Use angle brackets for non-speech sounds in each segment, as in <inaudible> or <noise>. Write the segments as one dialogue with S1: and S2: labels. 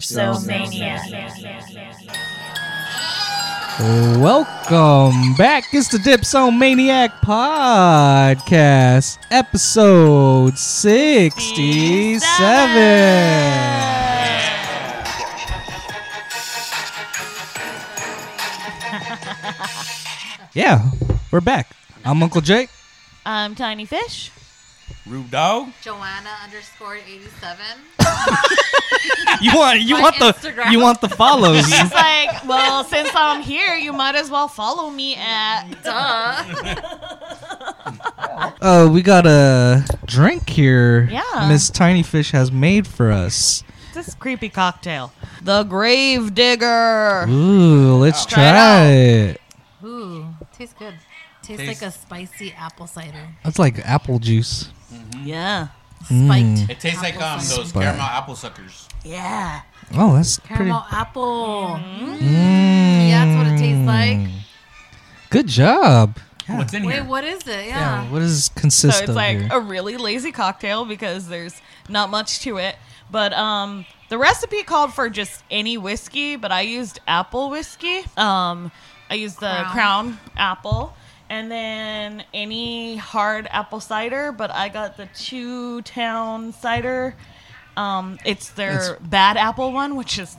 S1: So mania.
S2: Welcome back. It's the Dipsomaniac Maniac Podcast, episode 67. yeah, we're back. I'm Uncle Jake.
S1: I'm Um, Tiny Fish.
S3: Rude dog.
S4: Joanna underscore 87.
S2: You want you
S4: On
S2: want the
S4: Instagram.
S2: you want the follows.
S1: She's like, well, since I'm here, you might as well follow me at.
S4: Duh.
S2: Uh, we got a drink here.
S1: Yeah.
S2: Miss Tiny Fish has made for us.
S1: This creepy cocktail. The Grave Digger.
S2: Ooh, let's
S1: it
S2: try
S1: out.
S2: it.
S4: Ooh, tastes good. Tastes
S3: Tastes-
S4: like a spicy apple cider.
S2: That's like apple juice.
S1: Yeah.
S4: Spiked.
S3: Mm. It tastes like
S4: Apple
S3: um
S4: cider.
S3: those
S2: Spice.
S3: caramel apple suckers.
S1: Yeah.
S2: Oh, that's
S4: Caramel apple.
S3: Mm.
S4: Mm. Yeah, that's what it tastes like.
S2: pretty. Good job.
S3: What's in
S4: Wait,
S3: here?
S4: what is it?
S2: Yeah,
S4: Yeah.
S2: what does
S1: So
S2: consist
S1: it's
S2: of
S1: like
S2: here?
S1: a really lazy cocktail because there's not much to it. But um, the recipe called for just any whiskey, but I used apple whiskey. Um, I used the
S4: Crown.
S1: Crown apple. And then any hard apple cider, but I got the Two Town cider. Um, it's their
S2: It's-
S1: bad apple one, which is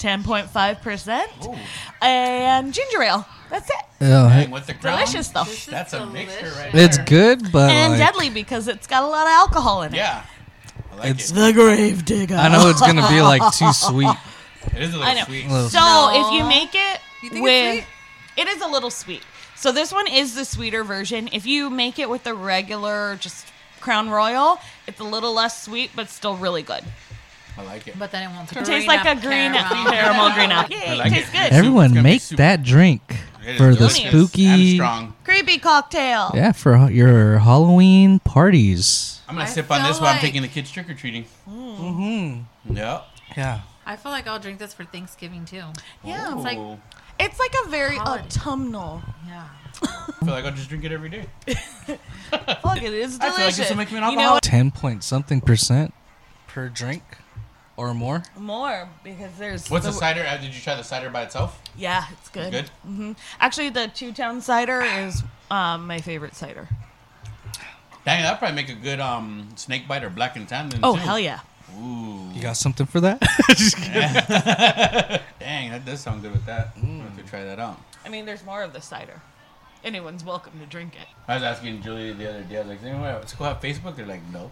S1: 10.5%.
S3: Ooh,
S1: And ginger ale. That's it.
S2: Oh,
S3: dang,
S2: hey,
S3: with the ground.
S1: Delicious stuff.
S4: This is
S3: That's a mixture
S4: delicious.
S3: right there.
S2: it's good, but
S1: and
S2: like,
S1: deadly because it's got a lot of alcohol in it.
S3: Yeah. I like
S2: It's-
S3: it.
S1: The grave digger.
S2: I know it's gonna be like
S1: <laughs>
S2: too sweet.
S3: It is a
S1: I
S3: little
S1: know.
S3: sweet.
S2: Well-
S1: So
S4: No.
S1: if you make it
S4: You think
S1: with,
S4: it's
S1: it is a little sweet. So this one is the sweeter version. If you make it with the regular, just Crown Royal, it's a little less sweet, but still really good.
S3: I like it.
S4: But then it won't
S1: It tastes like a green caramel, green apple.
S3: <laughs> I
S1: Yay,
S3: like
S1: it tastes
S3: it.
S1: good.
S3: It's
S2: Everyone
S3: gonna be
S2: make
S3: soup.
S2: that drink
S3: It is
S2: for the
S1: delicious and
S3: And
S2: spooky.
S3: strong.
S1: Creepy cocktail.
S2: Yeah, for ho- your Halloween parties.
S3: I'm gonna
S4: I
S3: sip on
S4: feel
S3: this while I'm
S4: like-
S3: taking the kids trick or treating.
S2: Mm-hmm.
S3: Yep.
S2: Yeah.
S4: I feel like I'll drink this for Thanksgiving too.
S1: Yeah,
S3: Ooh.
S1: it's like-
S3: I
S1: It's like a very
S4: Holiday.
S1: autumnal.
S4: Yeah.
S3: feel like I'll just drink it every day.
S1: Fuck, it is delicious.
S3: I feel like this will make me an
S1: You know
S3: alcoholic.
S2: Ten point something percent per drink or more.
S1: what? more because there's
S3: What's the
S1: the-
S3: cider? Uh, Did you try the cider by itself?
S1: Yeah, it's good.
S3: Good.
S1: hmm Actually, the Two Town cider is um, my favorite cider.
S3: Dang, that'd probably make a good um snake bite or black and tan. then,
S1: Oh
S3: too.
S1: hell yeah!
S3: Ooh.
S2: You got something for that?
S3: Dang, that does sound good with that. I'm gonna have to
S2: Mm.
S3: try that out.
S1: I mean, there's more of the cider. Anyone's welcome to drink it.
S3: I was asking Julie the other day. I was like, "Does anyone have- "School have Facebook?" They're like, "No."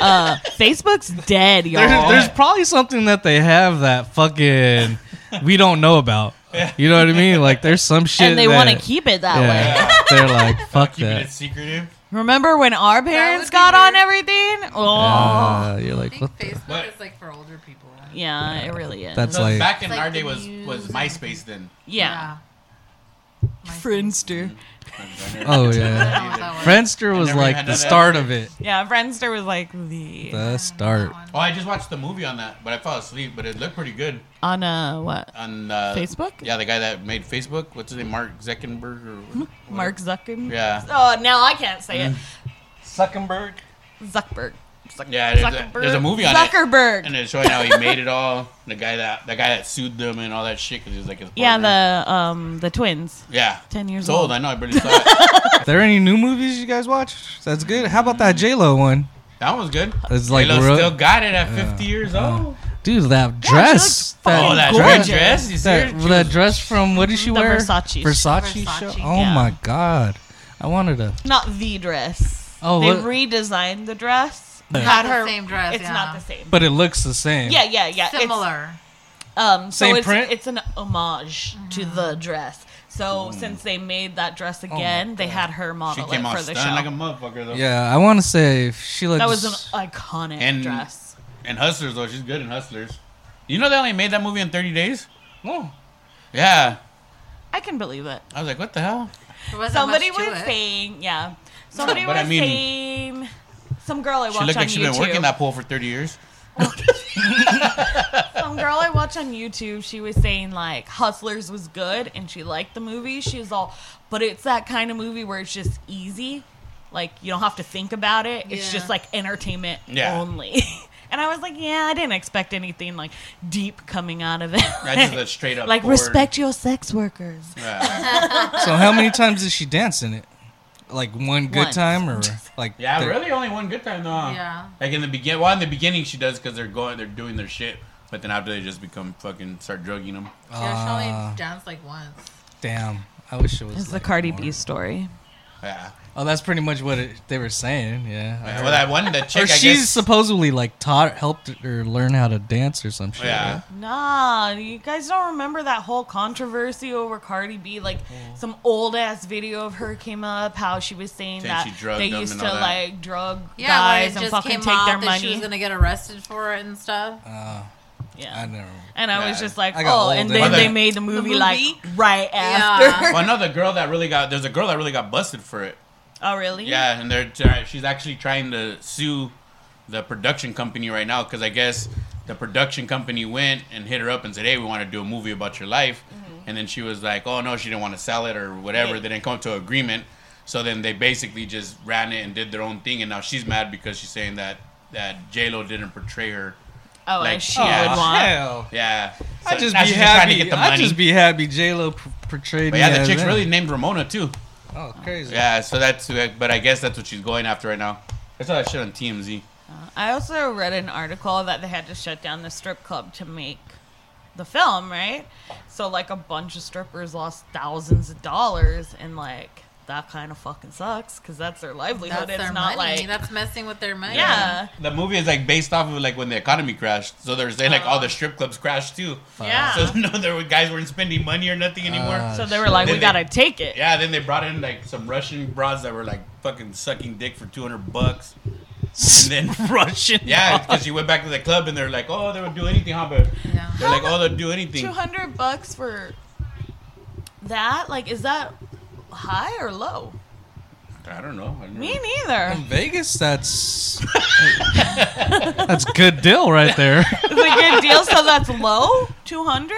S1: Uh, <laughs> Facebook's dead,
S2: There-
S1: y'all.
S2: there's probably something that they have that fucking we don't know about. You know what I mean? Like there's some shit.
S1: and they want to
S2: that-
S1: keep it that way.
S2: Yeah, they're like fuck
S3: Keeping
S2: that.
S3: it secretive.
S1: Remember when our parents
S4: would be
S1: got on
S4: weird.
S1: everything? Oh,
S2: Uh, you're
S4: I
S2: like
S4: think
S2: what? The?
S4: Facebook
S3: What?
S4: is like for older people.
S1: yeah, it really is.
S2: That's
S3: So
S2: like
S3: back in
S4: It's like
S3: our
S4: the
S3: day was
S4: news
S3: was
S4: and-
S3: MySpace then.
S1: yeah. Mm-hmm.
S4: My
S1: Friendster.
S2: oh yeah.
S3: <laughs>
S4: I don't know how that works.
S2: Friendster was
S3: never
S2: like
S3: had
S2: the
S3: that.
S2: start of it.
S1: Yeah, Friendster was like the
S2: The start.
S3: Oh, I just watched the movie on that, but I fell asleep. But it looked pretty good
S1: on uh what?
S3: on uh,
S1: Facebook?
S3: Yeah, the guy that made Facebook. What's his name? Mark Zuckerberg or what-
S1: Mark Zuckerberg.
S3: Yeah.
S1: Oh, now I can't say it.
S2: Zuckerberg.
S1: Zuckerberg.
S3: Yeah, there's a, there's a movie on it,
S1: Zuckerberg.
S3: and it's showing how he made it all. The guy that the guy that sued them and all that shit because he was like his
S1: Yeah,
S3: partner.
S1: the um the twins.
S3: yeah
S1: 10 years
S3: It's old.
S1: old.
S3: I know. I barely saw
S4: <laughs>
S3: it.
S2: there any new movies you guys watch? That's good. How about that J Lo one?
S3: That one was good.
S2: It's like
S3: J-Lo
S2: ro-
S3: still got it at 50 years old.
S2: dude that dress.
S1: looks fucking
S3: oh, that red
S1: gorgeous.
S3: dress. You
S2: That,
S3: serious?
S2: that dress from what did she
S1: The
S2: wear?
S1: Versace.
S2: Versace, show.
S4: Versace,
S2: Oh
S1: yeah.
S2: my god, I wanted to.
S1: Not the dress.
S2: Oh,
S1: they
S2: what-
S1: redesigned the dress.
S2: Yeah.
S1: Had
S4: Not the
S1: her
S4: same dress,
S1: It's
S4: yeah.
S1: not the same.
S2: But it looks the same.
S1: Yeah, yeah, yeah. It's-
S4: Similar.
S1: um, so
S2: Same
S1: it's,
S2: print?
S1: It's an homage to
S4: Mm-hmm.
S1: the dress. So since they made that dress again, they had her
S3: Oh She
S1: model it
S3: came out
S1: Uh, for the
S3: stunned
S1: show.
S3: like a motherfucker though.
S2: Yeah, I want to say if she looks.
S1: that was an iconic
S3: And-
S1: dress.
S3: And Hustlers though, she's good in Hustlers. You know they only made that movie in 30 days.
S2: Oh.
S3: Yeah.
S1: I can believe it.
S3: I was like, what the hell?
S4: There wasn't
S1: Somebody
S4: much to
S1: was
S4: it.
S1: saying, yeah. Somebody
S3: but
S1: was
S3: I mean-
S1: saying, some girl I
S3: She
S1: watch
S3: looked
S1: on
S3: like she'd
S1: YouTube.
S3: been working that pole for
S1: <laughs>
S3: 30 years.
S1: Some girl I watch on YouTube, she was saying like Hustlers was good and she liked the movie. She was all, but it's that kind of movie where it's just easy. Like you don't have to think about it. It's
S4: Yeah.
S1: just like entertainment
S3: Yeah.
S1: only. <laughs> and And I was like, yeah, I didn't expect anything like deep coming out of it. <laughs>
S3: That's just uh, a straight up
S1: like
S3: board.
S1: respect your sex workers.
S3: Yeah,
S2: So how many times did she dance in it? Like one good
S1: Once.
S2: time
S1: <laughs>
S2: or like
S3: yeah
S2: the-
S3: really only one good time though.
S4: Yeah.
S3: Like in the begin, well, in the beginning she does because they're going, they're doing their shit, but then after they just become fucking start drugging them.
S4: Yeah, she
S3: Uh.
S2: Ah.
S4: only danced like once.
S2: Damn. I wish it was.
S1: It's the
S2: like,
S1: Cardi
S2: more.
S1: B story.
S3: Yeah.
S2: Oh, that's pretty much what it, they were saying. Yeah. I
S3: Well,
S2: heard.
S3: that one,
S2: <laughs>
S3: the
S2: or
S3: chick, I
S2: she's
S3: guess.
S2: supposedly like taught, helped her learn how to dance or some shit. <laughs>
S3: Yeah.
S1: Nah, you guys don't remember that whole controversy over Cardi B? Like,
S3: Mm.
S1: some old ass video of her came up how she was saying
S3: Saying
S1: that
S3: she drugged
S1: they
S3: them
S1: used
S3: and
S1: to
S3: all that.
S1: like drug
S4: Yeah,
S1: guys
S4: when
S1: and
S4: it just
S1: fucking
S4: came
S1: take
S4: out
S1: their
S4: that she was
S1: money.
S4: gonna get arrested for it and stuff.
S2: Uh, I
S1: yeah,
S2: never.
S1: and I was
S3: Yeah.
S1: just like,
S2: I got
S1: oh,
S2: old
S1: and
S2: then.
S1: then
S3: Well,
S1: they
S3: the-
S1: made the movie, like
S4: movie?
S1: right after.
S4: Yeah.
S3: Well, no, the girl that really got there's a girl that really got busted for it.
S1: <laughs> Oh, really?
S3: Yeah, and they're try- she's actually trying to sue the production company right now because I guess the production company went and hit her up and said, "Hey, we want to do a movie about your life,"
S2: Mm-hmm.
S3: and then she was like, "Oh no, she didn't want to sell it or whatever."
S1: Yeah.
S3: They didn't come to an agreement, so then they basically just ran it and did their own thing, and now she's mad because she's saying that that J Lo didn't portray her.
S1: Oh,
S3: Like,
S1: and she
S3: oh,
S1: would want.
S2: hell.
S3: Yeah,
S2: I
S3: So
S2: just
S3: now
S2: be
S3: she's trying to
S2: happy.
S3: get the
S2: I
S3: money.
S2: just be happy. J Lo p- portrayed.
S3: but
S2: me
S3: yeah, the
S2: as
S3: chick's
S2: him.
S3: really named Ramona too.
S2: Oh, crazy.
S3: Yeah, so that's but I guess that's what she's going after right now. I saw that shit on TMZ.
S1: I also read an article that they had to shut down the strip club to make the film, right? So like a bunch of strippers lost thousands of dollars and like that kind of fucking sucks cuz that's their livelihood.
S4: That's
S1: it's
S4: their
S1: not like
S4: money. That's messing with their money.
S1: Yeah.
S3: The movie is like based off of like when the economy crashed. So they're saying like all the strip clubs crashed too.
S1: Oh. Yeah.
S3: So <laughs> no, there were guys weren't spending money or nothing anymore.
S2: Ah,
S1: so they were like
S3: Then
S1: we
S3: they-
S1: got to take it.
S3: yeah, then they brought in like some Russian broads that were like fucking sucking dick for 200 bucks.
S1: <laughs>
S3: And then
S2: Russian.
S3: yeah, because she went back to the club and they're like, "Oh, they would do anything, huh, but
S4: Yeah.
S3: They're like, "Oh, they'll do anything."
S1: 200 bucks for that? Like is that high or low?
S3: I don't know. I don't
S1: Me
S3: know.
S1: neither.
S2: In Vegas,
S3: <laughs>
S2: that's <laughs> that's good deal right
S1: <laughs>
S2: there.
S1: it's a good deal so that's low? 200?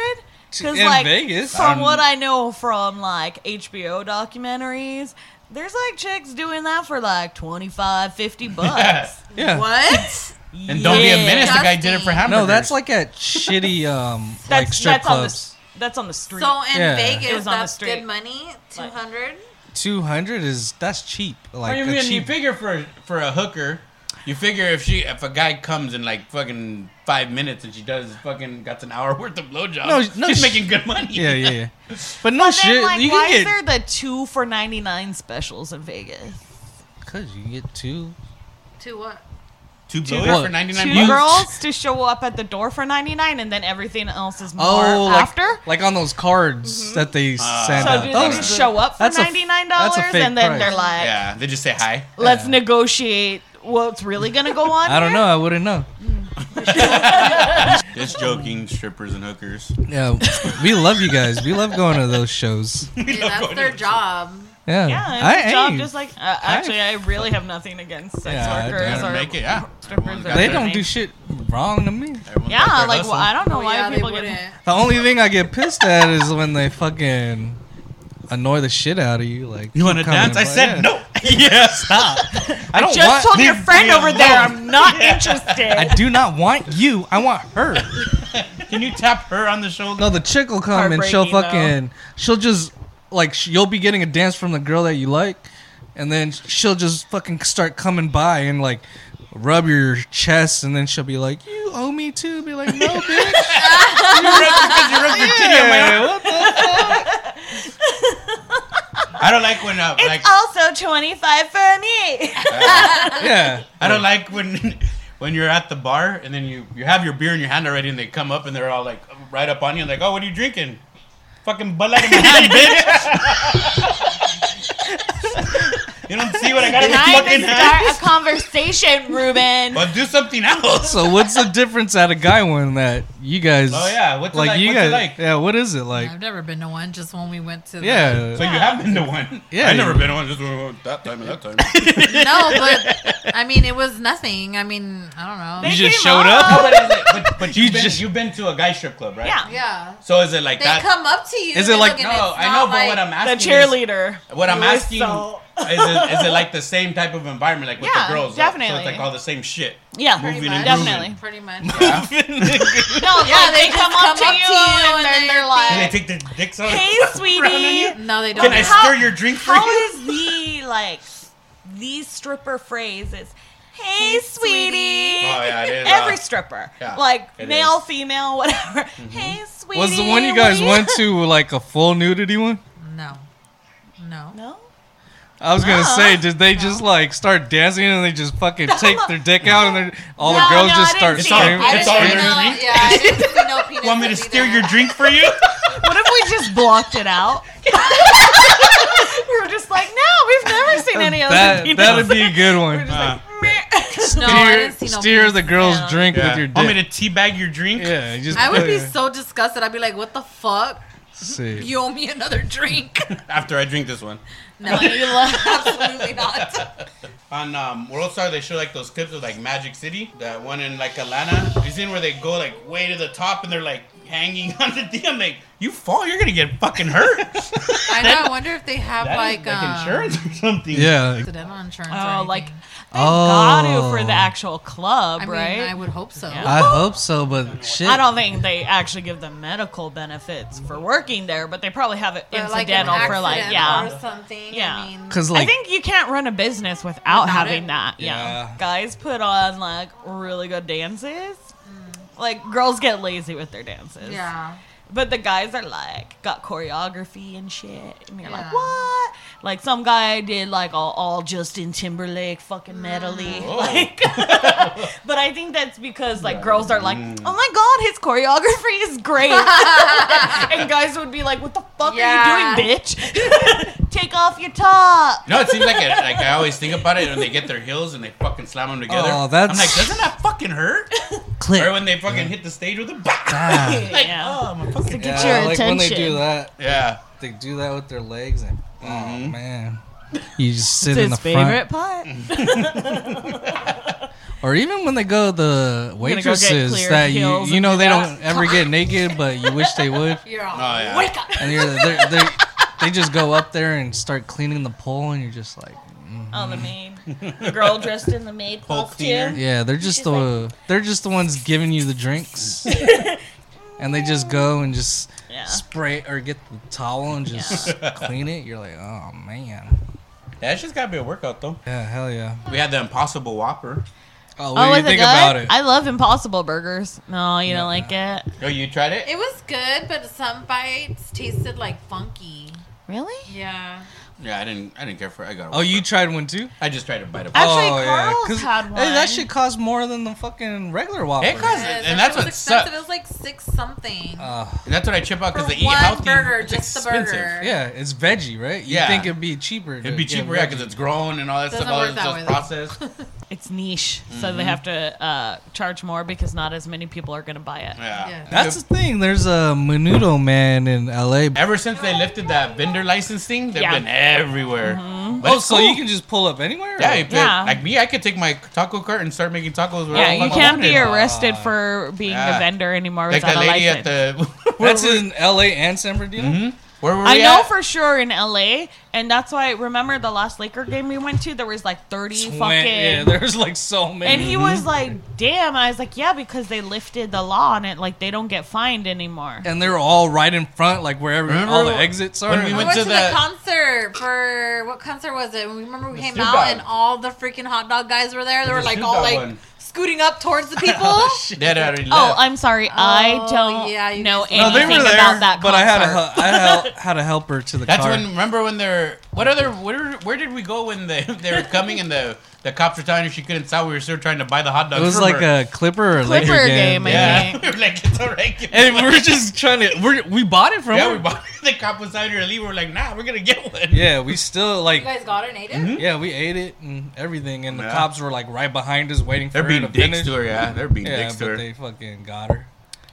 S1: Because
S2: In
S1: like
S2: Vegas,
S1: from
S2: I'm-
S1: what I know from like HBO documentaries, there's like chicks doing that for like 25,
S2: <laughs>
S1: 50 bucks.
S2: yeah.
S4: What?
S3: And don't be a
S1: Yeah.
S3: menace. The guy did it for
S4: Disgusting.
S3: hamburgers.
S2: No, that's like
S1: <laughs>
S2: at shitty um
S1: That's,
S2: like strip
S1: that's
S2: clubs.
S1: On the, that's on the street.
S4: so in
S2: Yeah.
S1: It
S4: Vegas,
S1: was on the
S4: that's
S1: street.
S4: good money. Two hundred.
S2: Two hundred is that's cheap. Like
S3: I
S2: a
S3: mean, you
S2: cheap-
S3: figure for for a hooker, you figure if she if a guy comes in like fucking five minutes and she does fucking got an hour <laughs> worth of blowjob,
S2: No,
S3: no,
S2: no,
S3: she's
S2: she-
S3: making good money.
S2: <laughs> yeah, yeah, yeah. But no
S1: Then,
S2: shit,
S1: like,
S2: you
S1: why
S2: can
S1: is
S2: get
S1: there the two for 99 specials in Vegas?
S2: because you can get two.
S4: To what?
S3: two
S2: Two
S3: blowies
S2: what?
S3: for ninety
S1: Two
S3: nine bucks.
S1: girls to show up at the door for 99 and then everything else is more
S2: Oh, like,
S1: after?
S2: like on those cards that they
S3: Ah.
S2: send
S1: So
S2: out.
S1: do they
S2: Mm-hmm. Those-
S1: just show up for
S2: that's a f-
S1: $99
S2: that's a fake
S1: and then
S2: price.
S1: they're like,
S3: Yeah, they just say hi.
S1: let's
S2: Yeah.
S1: negotiate what's really going to go on?
S2: I don't
S1: here?
S2: know. I wouldn't know.
S3: <laughs> Just joking, strippers and hookers.
S2: Yeah, we love you guys. We love going to those shows.
S1: <laughs>
S3: We
S4: Dude,
S3: love
S4: that's
S3: going
S4: their
S3: to-
S4: job.
S2: Yeah,
S1: Yeah, it's a job
S2: ain't.
S1: just like uh, actually I really have nothing against sex
S2: Yeah, I
S1: workers
S2: don't.
S1: or
S3: Gotta make it, yeah.
S1: strippers
S3: Everyone's
S1: or-
S3: got
S2: they
S3: their-
S2: don't do shit wrong to me.
S3: everyone's got
S1: yeah,
S3: their
S1: like
S3: hustle.
S1: well, I don't know
S4: Oh,
S1: why
S4: yeah, they
S1: people
S4: wouldn't.
S1: get
S2: The only thing I get pissed at is when they fucking annoy the shit out of you. Like
S3: You want to
S2: keep coming,
S3: dance? I
S2: but
S3: said
S2: yeah.
S3: <laughs> no. yeah, stop.
S2: I don't
S1: just
S2: want.
S1: told your
S2: leave
S1: friend
S2: me
S1: over there
S2: alone.
S1: I'm
S3: <laughs>
S1: not interested.
S2: I do not want you. I want her.
S3: Can you tap her on the shoulder?
S2: No, the chick will come and she'll
S1: Heartbreaking,
S2: fucking. She'll just like sh- you'll be getting a dance from the girl that you like, and then she'll just fucking start coming by and like rub your chest, and then she'll be like, "You owe me too." Be like, "No, bitch."
S3: <laughs> Because you're up your titty on my arm.
S2: Yeah, what the-
S3: I don't like when uh, like
S1: It's also 25 for
S3: <laughs>
S1: me.
S2: yeah.
S3: I don't like when <laughs> when you're at the bar and then you you have your beer in your hand already and they come up and they're all like right up on you and like, oh, what are you drinking? Fucking Bud Light in my hand, bitch. <laughs> you don't see what I got in my
S1: Time
S3: fucking
S1: to start
S3: hand.
S1: a conversation, Ruben.
S3: Well, do something else.
S2: So what's the difference at a guy one that you guys?
S3: Oh, yeah, what's it like?
S2: you
S3: What's it
S2: guys?
S3: like?
S2: Yeah, what is it like?
S4: I've never been to one. Just when we went to. the-
S2: Yeah,
S3: So you have been to one.
S2: Yeah,
S3: I've never
S2: you-
S3: been to one. Just one that time and that <laughs> time.
S4: no, but I mean, it was nothing. I mean, I don't
S1: They
S4: know.
S2: You just
S1: came
S2: showed
S3: No,
S4: Oh,
S1: up.
S3: but, is it, but, but
S2: You
S3: you've, been,
S2: just-
S3: you've been to a guy strip club, right?
S1: Yeah.
S4: yeah,
S3: So is it like
S4: they
S3: that?
S4: come up to you.
S2: Is it
S4: they
S2: like-
S4: look,
S3: no,
S4: and it's
S3: I
S4: not
S3: know, but
S4: like-
S3: what I'm
S1: The
S3: asking is-
S1: cheerleader.
S3: What I'm
S1: You were
S3: asking-
S1: so-
S3: is, it, is it like the same type of environment, like with
S1: Yeah,
S3: the girls? So
S1: definitely.
S3: it's like all the
S1: <laughs>
S3: same shit.
S1: Yeah,
S3: Moving
S4: much.
S3: and
S1: definitely.
S4: Pretty much. Yeah.
S3: <laughs>
S1: No, yeah, they,
S4: they
S1: come,
S4: just
S1: up, to you and then they're
S3: They
S1: like,
S3: take their dicks out.
S1: "Hey, sweetie,
S4: No, they don't.
S3: Can I
S1: How-
S3: stir your drink for
S1: how
S3: you?
S1: is the like the stripper phrase? It's hey, sweetie."
S3: Oh, yeah, it is,
S1: Every
S3: uh,
S1: stripper,
S3: yeah,
S1: like
S3: it
S1: male,
S3: is.
S1: female, whatever. <laughs> Hey, sweetie.
S2: Mm-hmm. Was the one you
S1: what
S2: guys
S1: do <laughs>
S2: went to like a full nudity one?
S4: no. No.
S1: No.
S2: I was gonna
S1: No.
S2: say, did they just like start dancing and they just fucking take their dick out and then all
S1: No,
S2: the girls
S1: no, I
S2: just
S1: didn't
S2: start
S1: see
S3: it.
S2: screaming?
S3: It's all
S4: see
S3: your
S4: no,
S3: drink?
S4: Yeah, I didn't
S3: <laughs>
S4: see no penis.
S3: Want me to
S4: be
S3: stir
S4: there.
S3: your drink
S1: <laughs>
S3: for you?
S1: What if we just blocked it out? <laughs> we were just like, no, we've never seen any of
S2: That
S1: the
S2: that'd
S1: <laughs>
S2: be a good one. Ah.
S3: Uh,
S4: No,
S2: steer
S4: I didn't see no
S2: steer
S4: penis.
S2: the girls'
S1: Yeah.
S2: drink
S3: yeah.
S2: with your
S3: Want me to
S2: dick.
S3: teabag your drink?
S2: Yeah, you just
S4: I would be so disgusted. I'd be like, "What the fuck?
S2: See.
S4: You owe me another drink." <laughs>
S3: After I drink this one.
S4: No, you love absolutely not.
S3: On um, Worldstar, they show like those clips of like Magic City, that one in like Atlanta. You seen where they go like way to the top and they're like hanging <laughs> on the thing? I'm like, you fall, you're gonna get fucking hurt.
S4: I know. I wonder if they have
S3: That is,
S4: like, um,
S3: insurance or something.
S2: yeah.
S4: accidental insurance. or
S1: Oh,
S4: anything.
S1: like they got
S2: Oh.
S1: you for the actual club,
S4: I mean,
S1: right?
S4: I would hope so.
S1: Yeah.
S2: I hope so, but shit.
S1: I don't think they actually give them medical benefits for working there, but they probably have it
S4: But, like, an
S1: incidental for like
S4: accident
S1: yeah.
S4: or something.
S1: Yeah.
S4: I mean,
S2: Cause like
S1: I think you can't run a business without, having
S4: it?
S1: that. Yeah.
S2: Yeah.
S1: Guys put on like really good dances. Like girls get lazy with their dances.
S4: Mm. yeah.
S1: But the guys are like got choreography and shit, and you're like,
S4: Yeah.
S1: what? Like some guy did like all, all Justin Timberlake fucking medley. <laughs> Like, but I think that's because like girls are like,
S2: Mm.
S1: oh my god, his choreography is great, <laughs> and guys would be like, what the fuck
S4: Yeah.
S1: are you doing, bitch? <laughs> Take off your top.
S3: No, it seems like it, like I always think about it when they get their heels and they fucking slam them together.
S2: Oh, that's-
S3: I'm like, doesn't that fucking
S4: <laughs>
S3: hurt?
S2: click.
S3: or when they fucking hit the stage with a bah!
S2: Ah.
S3: Like,
S1: Yeah.
S3: oh, my fucking
S1: Get your
S2: like when they do
S1: attention.
S2: that,
S3: <laughs> yeah.
S2: they do that with their legs, and oh man, you just sit
S1: It's
S2: in the
S1: his favorite
S2: front.
S1: part.
S2: Or even when they go the
S1: get
S2: waitresses
S1: clear
S2: that you
S1: heels
S2: you
S1: and
S2: know
S1: do
S2: they
S1: that.
S2: don't ever get naked, but you wish they would.
S4: You're
S3: Oh
S4: all.
S3: yeah.
S1: Wake up.
S2: And you're they're, they're, they just go up there and start cleaning the pole, and you're just like,
S1: Oh, the maid. The girl dressed in the maid
S3: Pole
S1: costume.
S3: cleaner.
S2: yeah, they're just the they're just the ones giving you the
S1: <laughs>
S2: drinks, and they just go and just
S1: Yeah.
S2: spray or get the towel and just clean it. You're like, oh man,
S3: That shit's gotta be a workout though.
S2: yeah, hell yeah.
S3: We had the Impossible Whopper.
S2: Oh,
S1: oh,
S2: what
S1: is
S2: do you
S1: it
S2: think
S1: good?
S2: about it?
S1: I love Impossible Burgers. No, you don't like it.
S3: Oh, you tried it?
S4: It was good, but some bites tasted like funky.
S1: Really?
S4: Yeah.
S3: Yeah, I didn't. I didn't care for. it. I got.
S2: oh, you tried one too?
S3: I just tried to bite a.
S1: I-
S3: It
S1: Actually,
S2: oh,
S1: Carl's
S2: 'cause-
S1: had
S2: hey, that
S1: one.
S2: shit costs more than the fucking regular Whopper.
S3: costs,
S4: Yes,
S3: and
S4: that
S3: that's
S4: shit was
S3: what
S4: expensive.
S3: sucks.
S4: It was like six something.
S2: Ugh.
S3: That's what I chip out because
S4: For
S3: they eat
S4: one
S3: healthy.
S4: burger,
S3: It's
S4: just the
S3: expensive.
S4: burger.
S2: yeah, it's veggie, right? You
S3: Yeah.
S2: think it'd be cheaper?
S3: It'd be cheaper, yeah, because it's grown and all that
S4: Doesn't
S3: stuff. All
S4: work
S3: that
S4: that
S3: stuff's processed.
S4: <laughs>
S1: It's niche, so
S2: Mm-hmm.
S1: they have to uh, charge more because not as many people are going to buy it.
S3: Yeah.
S4: Yeah.
S2: That's the thing. There's a menudo man in LA.
S3: Ever since they lifted that vendor license thing, they've
S1: Yeah.
S3: been everywhere. But
S4: Mm-hmm.
S2: Oh,
S3: it's
S2: so
S3: cool.
S2: you can just pull up anywhere?
S3: Yeah, if it-
S1: Yeah.
S3: like me, I could take my taco cart and start making tacos. wherever
S1: Yeah,
S3: the
S1: you
S3: fuck I
S1: can't be
S3: wanted.
S1: arrested
S2: uh,
S1: for being
S3: Yeah.
S1: a vendor anymore
S3: Like
S1: without
S3: that
S1: a
S3: lady
S1: license.
S3: at the. <laughs> where
S2: That's
S3: were,
S2: in LA and San Bernardino.
S3: where were we
S2: Oh,
S1: I know
S3: at?
S1: for sure in LA, and that's why remember the last Laker game we went to, there was like 30
S2: Twen-
S1: fucking
S2: yeah, <laughs> Mm-hmm. there's like so many.
S1: And he was like, "Damn!" I was like, "Yeah," because they lifted the law on it. Like they don't get fined anymore.
S2: and they're all right in front, like wherever
S3: Remember
S2: all the
S3: when-
S2: exits are.
S3: when we
S4: We
S3: went
S4: went
S3: to
S4: to,
S3: the-
S4: the concert for what concert was it? We remember we came
S3: Snoop
S4: out
S3: Dogg.
S4: and all the freaking hot dog guys were there. They were like
S3: Snoop
S4: all
S3: Dogg
S4: like
S3: one.
S4: scooting up
S2: <laughs>
S4: towards the people.
S3: <laughs> That already left.
S1: Oh, I'm sorry. I
S4: Oh,
S1: don't
S4: yeah, you
S1: know
S4: guys-
S1: anything about that concert.
S2: but I had a hel- I had, had a helper to the
S3: That's
S2: car.
S3: when. Remember when they're what other where where did we go when they <laughs> they were coming and the the cops were telling her she couldn't sell. We were still trying to buy the hot dogs.
S2: it was
S3: from
S2: like
S3: her.
S2: a Clipper or
S1: Clipper
S2: Laker
S1: game, I
S3: yeah.
S1: think.
S3: <laughs> we were like it's alright. give
S2: And
S3: us
S2: we we're
S3: one."
S2: just trying to we're, we bought it from
S3: yeah
S2: her.
S3: we bought <laughs> the cop was telling her to leave. We are like nah we're gonna get one.
S2: yeah, we still like
S4: You guys got it and ate it.
S1: Mm-hmm.
S2: yeah we ate it and everything, and the
S3: Yeah.
S2: cops were like right behind us waiting
S3: They're
S2: for
S3: being
S2: her to
S3: dicks
S2: finish.
S3: to her. Yeah, they're being
S2: Yeah,
S3: dicks to
S2: but
S3: her.
S2: they fucking got her.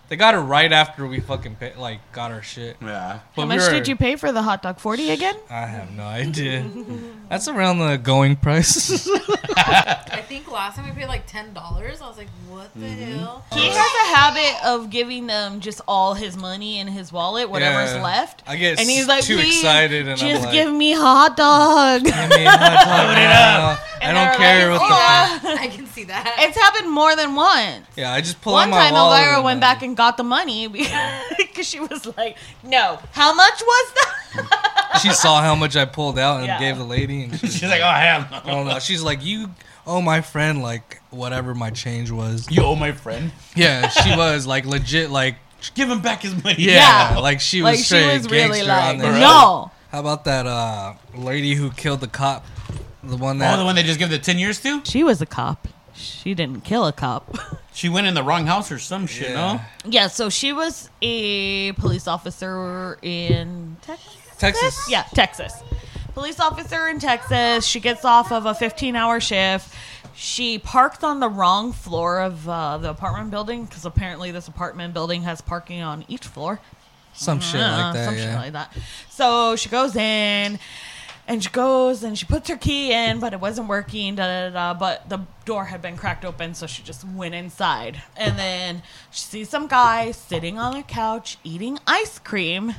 S2: They got it right after we fucking pay, like got our shit.
S3: Yeah. <laughs>
S2: But
S1: How
S2: we
S1: much
S2: were-
S1: did you pay for the hot dog? Forty again?
S2: I have no
S1: <laughs>
S2: idea. That's around the going price.
S4: I think last time we paid like ten dollars. I was like, what the hell? <laughs>
S1: He has a habit of giving them just all his money in his wallet, <laughs> whatever's
S2: Yeah.
S1: left.
S2: I get
S1: and he's like,
S2: too
S1: "Please,
S2: excited and I'm
S1: just
S2: like-
S1: give me hot dog. <laughs>
S2: <laughs> I mean, hot dog now. I
S1: And
S2: don't
S1: they're
S2: care
S1: like, "Oh."
S2: what the fuck.
S1: "Yeah."
S4: I can see that.
S1: <laughs> It's happened more than once.
S2: Yeah, I just pull
S1: One
S2: out my
S1: time,
S2: wallet.
S1: Elvira
S2: and
S1: went
S2: I-
S1: back and got the money <laughs> because she was like, "No, how much was that?"
S2: She saw how much I pulled out and
S1: Yeah.
S2: gave the lady, and she,
S3: She's like, oh hell
S2: I
S3: no.
S2: don't know. She's like, "You owe my friend like whatever my change was."
S3: You owe my friend.
S2: Yeah, she was like legit, like
S3: Give him back his money.
S2: yeah,
S1: Yeah. <laughs>
S2: like she was
S1: like she
S2: straight
S1: was really
S2: gangster
S1: like,
S2: on there.
S1: "No."
S2: How about that uh lady who killed the cop, the one that
S3: Oh, the one they just give the ten years to?
S1: She was a cop. She didn't kill a cop.
S3: She went in the wrong house or some shit,
S2: Yeah.
S3: no?
S1: yeah, so she was a police officer in Texas.
S2: Texas?
S1: Yeah, Texas. Police officer in Texas. She gets off of a 15 hour shift. She parked on the wrong floor of uh, the apartment building because apparently this apartment building has parking on each floor.
S2: some shit
S1: Uh,
S2: like that.
S1: Some
S2: yeah.
S1: shit like that. So she goes in and she goes and she puts her key in, but it wasn't working, da da da. da, But the door had been cracked open, so she just went inside. And then she sees some guy sitting on a couch eating ice cream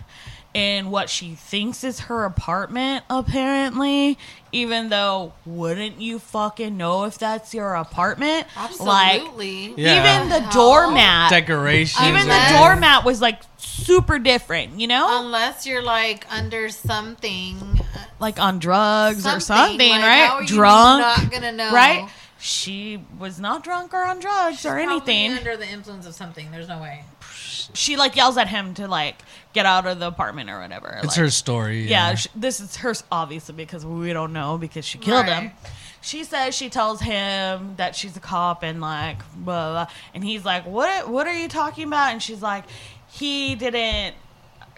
S1: in what she thinks is her apartment, apparently. Even though, wouldn't you fucking know if that's your apartment? Like,
S4: Absolutely.
S2: Yeah.
S1: even the doormat.
S2: Decorations.
S1: Even the
S4: Unless-
S2: or-
S1: doormat was like super different, you know?
S4: Unless you're like under something, uh,
S1: like on drugs or something,
S4: like,
S1: right?
S4: how are you
S1: drunk,
S4: not gonna know?
S1: right? She was not drunk or on drugs or
S4: Probably
S1: anything.
S4: under the influence of something. There's no way.
S1: she like yells at him to like get out of the apartment or whatever.
S2: It's
S1: like,
S2: her story.
S1: yeah, sh this is hers obviously because we don't know because she killed him.
S4: Right.
S1: She says she tells him that she's a cop and like blah, blah and he's like, "What? What are you talking about?" And she's like, "He didn't.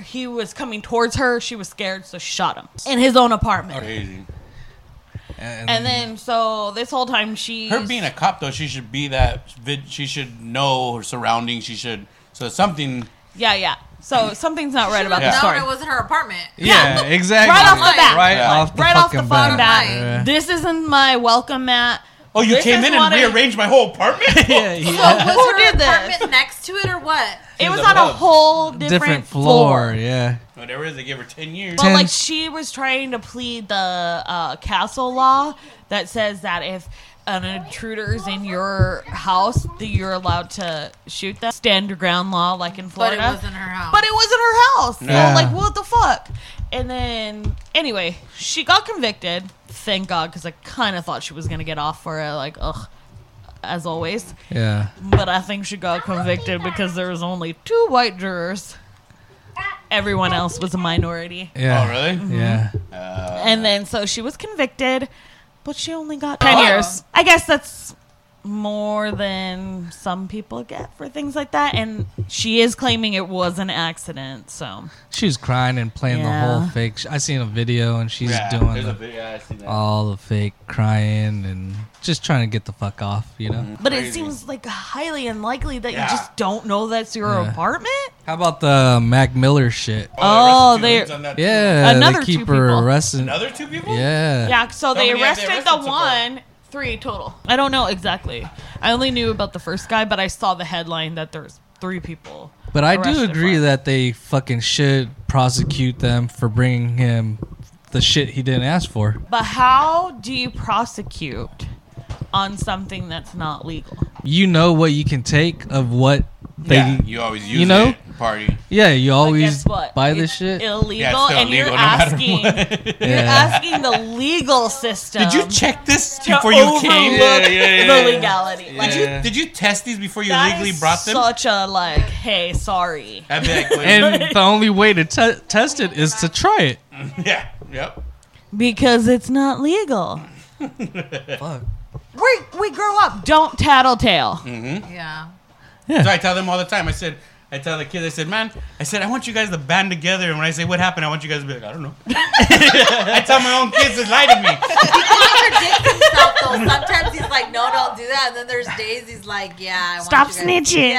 S1: He was coming towards her. She was scared, so she shot him in his own apartment."
S3: Crazy.
S2: and,
S1: And then so this whole time she
S3: Her being a cop though, she should be that vid- she should know her surroundings, she should so something
S1: yeah yeah so something's not right about
S4: No,
S1: the story.
S4: it wasn't her apartment.
S2: yeah, exactly.
S1: Right off the bat.
S2: Right
S3: Yeah.
S2: off the
S1: right off the
S2: fucking
S1: phone bat.
S2: Yeah.
S1: This isn't my welcome mat.
S3: Oh, you
S1: This
S3: came
S1: is
S3: in
S1: what
S3: and
S1: I-
S3: rearranged my whole apartment?
S2: Yeah, yeah.
S4: So was
S1: Who
S4: her
S1: did this?
S4: apartment next to it or what?
S1: It
S3: She's
S1: was
S3: a
S1: on a
S3: bug.
S1: whole different,
S2: different floor.
S1: floor.
S2: Yeah.
S3: Whatever it Oh, is, they gave her ten years.
S1: But like
S2: Tense.
S1: she was trying to plead the uh, castle law that says that if an intruder is in your house, that you're allowed to shoot them. Stand your ground law, like in
S4: But
S1: Florida.
S4: it wasn't her house.
S1: But it wasn't her house. So,
S2: Yeah.
S1: like, what the fuck? And then, anyway, she got convicted. Thank God, because I kind of thought she was going to get off for it. Like, ugh, as always.
S2: Yeah.
S1: But I think she got convicted because there was only two white jurors. Everyone else was a minority.
S2: Yeah.
S3: Oh
S1: Mm-hmm.
S3: really?
S2: Yeah.
S3: Uh,
S1: And then, so she was convicted, but she only got 10
S4: Oh.
S1: years. I guess that's more than some people get for things like that. And she is claiming it was an accident, so.
S2: She was crying and playing the whole
S1: Yeah.
S2: fake. Sh- I seen a video and she's
S3: yeah,
S2: doing
S3: there's a
S2: the,
S3: video, yeah, I seen that.
S2: all the fake crying and just trying to get the fuck off, you know?
S1: But
S3: Crazy.
S1: it seems like highly unlikely that
S3: Yeah.
S1: you just don't know that's your
S2: Yeah.
S1: apartment.
S2: How about the Mac Miller shit?
S1: Oh, they-
S3: they arrested two dudes on that too.
S2: Yeah,
S1: Another
S2: they
S1: two
S2: keep her
S1: people.
S2: arresting.
S3: Another two people?
S2: yeah.
S1: Yeah, so they
S3: many have they
S1: arrested,
S3: arrested
S1: the
S3: so far?
S1: one, three total. I don't know exactly. I only knew about the first guy, but I saw the headline that there's three people.
S2: But I do
S1: arrested
S2: agree
S1: for it.
S2: that they fucking should prosecute them for bringing him the shit he didn't ask for.
S1: But how do you prosecute on something that's not legal?
S2: You know what you can take of what they.
S3: Yeah,
S2: Yeah,
S3: you always use
S2: you know?
S3: it. Party.
S2: you
S1: But
S2: always
S1: guess what?
S2: buy
S1: It's
S2: this shit.
S1: illegal,
S3: Yeah, it's still
S1: and
S3: illegal
S1: you're
S3: no matter
S1: asking,
S2: <laughs>
S3: what.
S1: you're
S2: Yeah.
S1: <laughs> asking the legal system.
S3: Did you check this
S1: to
S3: before you
S1: overlook
S3: came?
S1: the legality? Like,
S3: Did you did you test these before you
S1: That
S3: legally
S1: is
S3: brought them?
S1: Such a like, hey, sorry.
S3: I'd be like,
S2: <laughs>
S3: wait,
S2: And the only way to te- test it is to try it.
S3: <laughs> yeah, yep.
S1: Because it's not legal.
S2: Fuck.
S1: We we grow up. Don't tattletale.
S4: yeah.
S3: So I tell them all the time. I said, I tell the kids, I said, man, I said, I want you guys to band together. And when I say what happened, I want you guys to be like, I don't know. I tell my own kids to lie to me.
S4: contradicts himself though. Sometimes he's like, no, don't do that. And then there's days he's like, yeah, I
S1: Stop
S4: want you guys-
S1: snitching.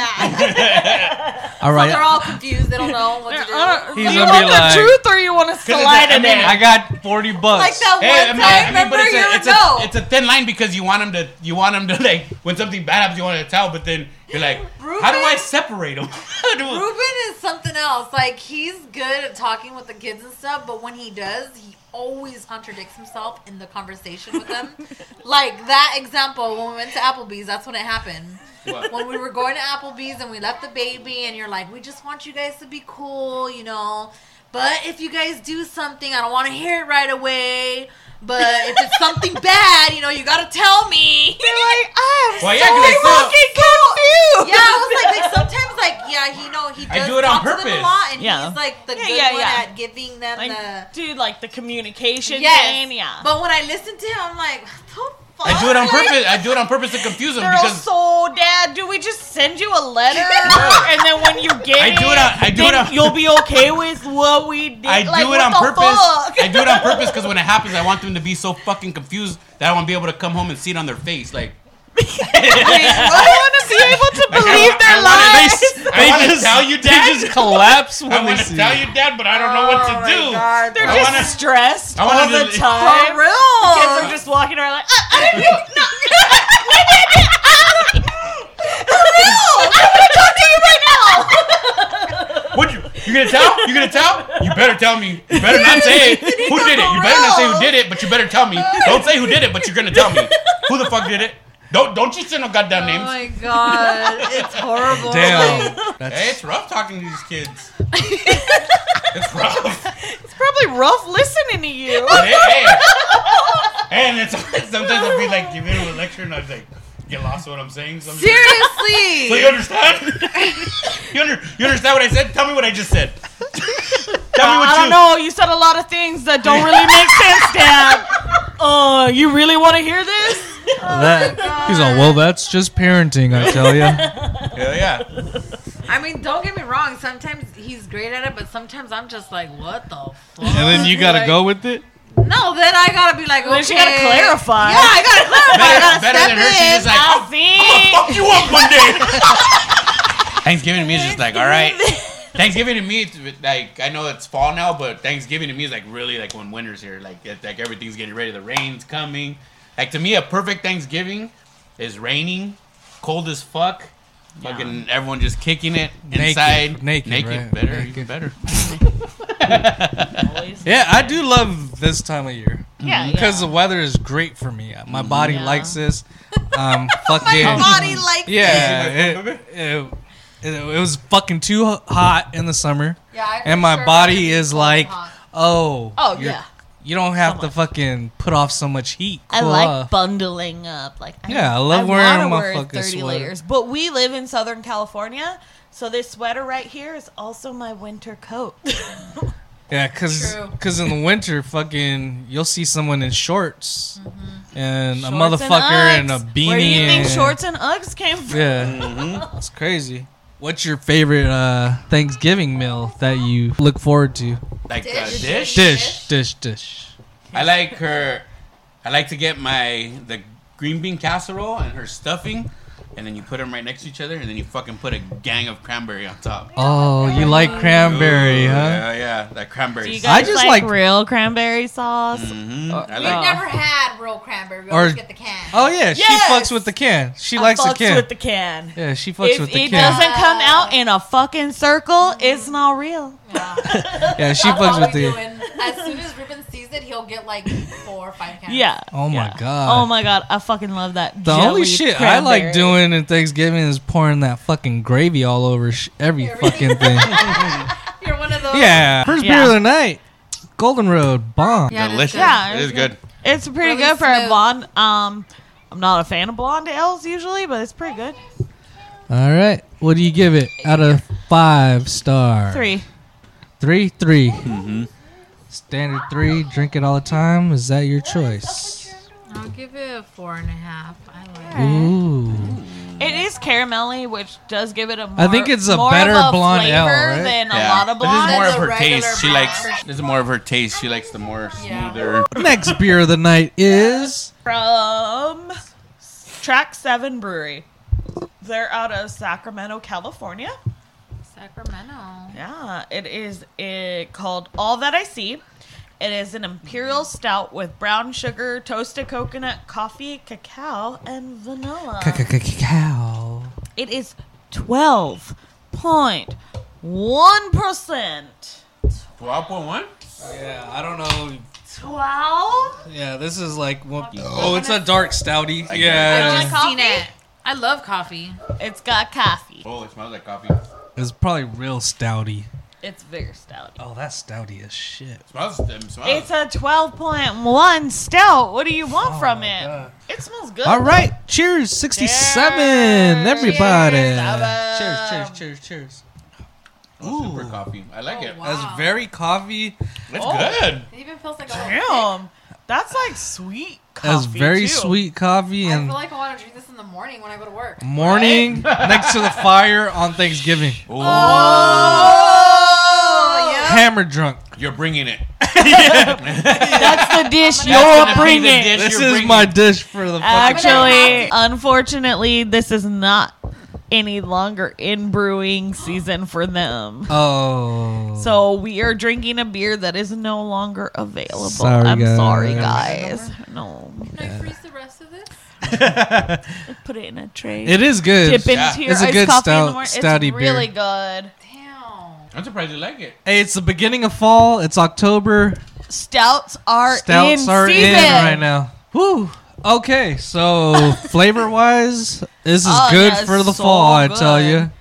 S4: Yeah. <laughs>
S2: All
S4: so they're
S2: right.
S4: all confused. They don't know what to do.
S1: Uh,
S2: He's
S1: you
S2: gonna
S1: want
S2: be
S1: the
S2: like-
S1: truth or you want to
S3: 'Cause it's
S1: slide
S3: a- I
S1: it
S3: mean,
S1: in?
S2: I got 40 bucks.
S4: like that
S3: Hey, I
S4: one
S3: mean,
S4: time,
S3: I mean,
S4: remember?
S3: but it's
S4: you
S3: a,
S4: would
S3: it's,
S4: know.
S3: a, it's a thin line because you want them to, you want them to <laughs> like, when something bad happens, you want to tell, but then you're like, how do I
S4: Reuben?
S3: separate <laughs> them?
S4: Ruben is something else. Like he's good at talking with the kids and stuff, but when he does, he always contradicts himself in the conversation with them. like that example when we went to Applebee's, that's when it happened.
S3: What?
S4: When we were going to Applebee's and we left the baby, and you're like, "We just want you guys to be cool, you know." But if you guys do something, I don't want to hear it right away. But if it's something <laughs> bad, you know, you gotta tell me.
S1: like, I'm
S3: Well, yeah, 'cause it's not-
S1: confused.
S4: Yeah, I was like, like sometimes, like, yeah, he know he
S3: I
S4: does
S3: do it on
S4: talk to them a
S3: purpose.
S4: lot, and
S1: Yeah.
S4: he's like the
S1: Yeah,
S4: good
S1: yeah,
S4: one
S1: yeah.
S4: at giving
S1: <laughs>
S4: them
S1: like, dude, like the
S4: the
S1: communication thing, yeah.
S4: But when I listen to him, I'm like, what the fuck?
S3: I do it on
S4: Like,
S3: purpose. I do it on purpose to confuse them
S1: They're all
S3: because
S1: so dad. Do we just send you a
S3: <laughs>
S1: letter, and then when you get
S3: I do it on- I do it
S1: then
S3: on-
S1: you'll be okay with what we did.
S3: I
S1: Like,
S3: do
S1: what
S3: it on
S1: the
S3: purpose.
S1: fuck?
S3: I do it on purpose because when it happens, I want them to be so fucking confused that I want to be able to come home and see it on their face. Like,
S1: I want to be able to believe their
S3: <laughs> I wanna-
S1: lies.
S3: I wanna tell you, Dad.
S2: They just collapse when
S3: I
S2: they
S3: want to
S2: see
S3: tell
S2: it.
S3: <laughs> you, Dad, but I don't know what to
S4: Oh my
S3: do.
S4: God,
S1: They're
S3: I
S1: just
S3: wanna-
S1: stressed
S3: I wanna
S1: all the
S3: just-
S1: time.
S4: For real.
S1: Kids are just walking around like, "Ah, I didn't know." <laughs>
S3: What you, you gonna tell? You gonna tell? You better tell me. You better not say who did it. You better not say who did it, but you better tell me. Don't say who did it, but you're gonna tell me who the fuck did it. Don't don't you say no goddamn
S4: Oh
S3: names.
S4: my god, it's horrible.
S2: Damn.
S3: Hey,
S2: That's,
S3: it's rough talking to these kids. it's rough.
S1: It's probably rough listening to you.
S3: Hey, hey. And it's sometimes I'll be like giving him a lecture and I was like get lost in what I'm saying. So I'm just like, <laughs>
S4: Seriously.
S3: So you understand? <laughs> you, under, you understand what I said? Tell me what I just said. Tell me what
S1: I don't
S3: you
S1: know. You said a lot of things that don't really make sense, Dad. Uh, you really want to hear this?
S2: that. He's all, well, that's just parenting, I tell <laughs> you.
S3: Yeah, <laughs> yeah.
S4: I mean, don't get me wrong. Sometimes he's great at it, but sometimes I'm just like, what the fuck?
S2: And then you gotta
S4: Like,
S2: go with it?
S4: No, then I gotta be like, okay.
S1: Then she gotta clarify.
S4: Yeah, I gotta clarify. I
S3: Better, better
S4: gotta step
S3: than her. She's
S4: in.
S3: just like,
S1: I
S3: I'll
S1: think.
S3: fuck you up one day. <laughs> Thanksgiving to me is just like, all <laughs> right. Thanksgiving to me, it's like I know it's fall now, but Thanksgiving to me is like really like when winter's here, like it's like everything's getting ready, the rain's coming. Like to me, a perfect Thanksgiving is raining, cold as fuck, fucking everyone just kicking it
S2: Naked.
S3: inside,
S2: Naked,
S3: naked,
S2: right.
S3: better,
S2: Naked.
S3: even
S2: <laughs>
S3: better.
S2: Yeah, I do love this time of year.
S1: Yeah,
S2: Because
S1: yeah.
S2: the weather is great for me. My body
S1: Yeah.
S2: likes this. Um, fucking.
S4: My body likes
S2: Yeah,
S3: Did
S2: it,
S3: you see my phone,
S2: it, it, it was fucking too h- hot in the summer,
S4: <laughs> Yeah, I
S2: and
S4: for
S2: my
S4: sure
S2: body
S4: gotta
S2: is
S4: be
S2: like,
S4: hot.
S2: oh,
S1: Oh,
S2: you're-
S1: yeah.
S2: you don't have to fucking put off so much heat.
S1: I
S2: Cool
S1: like
S2: off.
S1: bundling up. Like I,
S2: uh, Yeah, I love
S1: wanna
S2: wearing my
S1: wear
S2: fucking
S1: 30
S2: sweater.
S1: layers. But we live in Southern California, so this sweater right here is also my winter
S2: <laughs>
S1: coat.
S2: yeah, cause
S4: True.
S2: 'cause in the winter, fucking, you'll see someone in shorts and a
S1: Mm-hmm. Shorts and
S2: motherfucker and, a
S1: Uggs.
S2: beanie.
S1: Where do you think
S2: and-
S1: shorts and Uggs came from?
S2: Yeah,
S3: Mm-hmm.
S2: that's crazy. What's your favorite uh, Thanksgiving meal that you look forward to?
S3: Like a
S4: Dish.
S3: dish.
S2: Dish, dish, dish.
S3: I like her. I like to get my the green bean casserole and her stuffing, and then you put them right next to each other, and then you fucking put a gang of cranberry on top.
S2: Oh, you like cranberry,
S3: Ooh,
S2: huh?
S3: Yeah, yeah, that cranberry.
S1: Do you Oh,
S3: sauce.
S1: guys
S2: I just
S1: like,
S2: like- Mm.
S1: real cranberry sauce?
S3: Mhm, I
S4: We've
S3: like.
S4: never had real cranberry. We
S2: Or-
S4: always get the can.
S2: Oh yeah, she
S1: Yes!
S2: fucks with the can. She
S1: I
S2: likes the
S1: fucks
S2: can.
S1: with the can.
S2: yeah, she fucks
S1: If
S2: with the
S1: it
S2: can.
S1: doesn't come out in a fucking circle, it's not real.
S4: Yeah.
S2: Yeah, she
S4: That's
S2: fucks
S4: all
S2: with
S4: we do,
S2: the.
S4: and As soon as Ruben sees it, he'll get like four or five cans.
S1: Yeah.
S2: Oh my
S1: Yeah.
S2: God.
S1: Oh my god, I fucking love that.
S2: The only
S1: jellied
S2: shit I
S1: cranberry.
S2: like doing in Thanksgiving is pouring that fucking gravy all over sh- every
S1: <laughs>
S2: fucking thing.
S4: <laughs> You're one of those.
S2: yeah, first beer
S1: Yeah.
S2: of the night, Golden Road bomb.
S4: Yeah, it is
S3: Delicious.
S4: good.
S1: Yeah,
S3: it
S1: it's
S3: is good.
S1: It's pretty
S4: Really
S1: good for a
S4: smooth.
S1: blonde. Um, I'm not a fan of blonde ales usually, but it's pretty good.
S2: All right, what do you give it out of five star?
S1: Three.
S2: Three, three. Standard three. Drink it all the time. Is that your choice?
S4: I'll give it a four and a half. I like it.
S2: Ooh.
S1: It is caramelly, which does give it a more,
S2: I think it's a
S1: more
S2: better
S1: of a
S2: blonde
S1: flavor
S2: ale, right?
S1: than
S3: Yeah.
S1: a lot of
S3: This is
S1: blondes.
S3: more of
S4: Than
S3: her
S4: the
S3: taste.
S4: regular
S3: She likes.
S4: blonde.
S3: This is more of her taste. She likes the more
S4: Yeah.
S3: smoother.
S2: Next beer of the night is
S1: from Track 7 Brewery. They're out of Sacramento, California.
S4: Sacramento.
S1: Yeah, it is eh, called All That I See. It is an imperial stout with brown sugar, toasted coconut, coffee, cacao, and vanilla.
S2: cacao.
S1: It is 12.1%.
S3: Twelve point one.
S2: Yeah, I don't know.
S4: 12?
S2: Yeah, this is like what, oh, it's a dark stouty.
S1: I don't
S2: Yeah,
S1: like
S4: I've
S1: coffee?
S4: seen it. I love coffee.
S1: It's got coffee.
S3: Oh, it smells like coffee.
S2: it's probably real stouty.
S1: It's very stout.
S2: Oh, that's stouty as shit.
S3: smells. It smells.
S1: It's a 12.1 stout. What do you want
S2: Oh
S1: from
S2: my
S1: it?
S2: God.
S1: It smells good.
S2: All right, cheers, sixty-seven,
S1: Cheers.
S2: everybody.
S1: Cheers.
S2: cheers, cheers, cheers.
S3: Oh, super
S2: Ooh.
S3: coffee. I like it.
S4: wow.
S2: That's very coffee.
S3: It's
S1: Oh.
S3: good.
S4: It even feels like a
S1: Damn. That's like sweet coffee.
S2: That's very
S1: too.
S2: sweet coffee
S4: I feel
S2: and
S4: like I want to drink this in the morning when I go to work.
S2: morning next to the fire on Thanksgiving.
S4: Oh, yeah.
S2: Hammer drunk.
S3: You're bringing it.
S1: <laughs> That's the dish
S3: That's
S1: you're
S3: gonna be the
S1: bringing.
S3: dish
S2: This
S3: you're
S2: is
S3: bringing.
S2: my dish for the fucking
S1: Actually, unfortunately, this is not any longer in brewing season for them.
S2: Oh. <laughs>
S1: So we are drinking a beer that is no longer available.
S2: Sorry,
S1: I'm sorry,
S2: guys.
S1: guys. No,
S4: Can I freeze the rest of this?
S1: put it in a tray.
S2: it is good.
S1: Dip into
S3: Yeah.
S1: your
S2: It's a
S1: iced
S2: good
S1: coffee in
S2: stout-
S1: the morning.
S2: stouty
S1: it's really
S2: beer.
S1: good.
S4: Damn.
S3: I'm surprised you like it.
S2: Hey, it's the beginning of fall. It's October.
S1: Stouts are
S2: Stouts
S1: in
S2: are
S1: season
S2: in right now. Whew.
S1: <laughs>
S2: Okay, so flavor wise, this is
S1: Oh,
S2: good
S1: yeah, it's
S2: for the
S1: so
S2: fall, I tell
S1: good.
S2: you.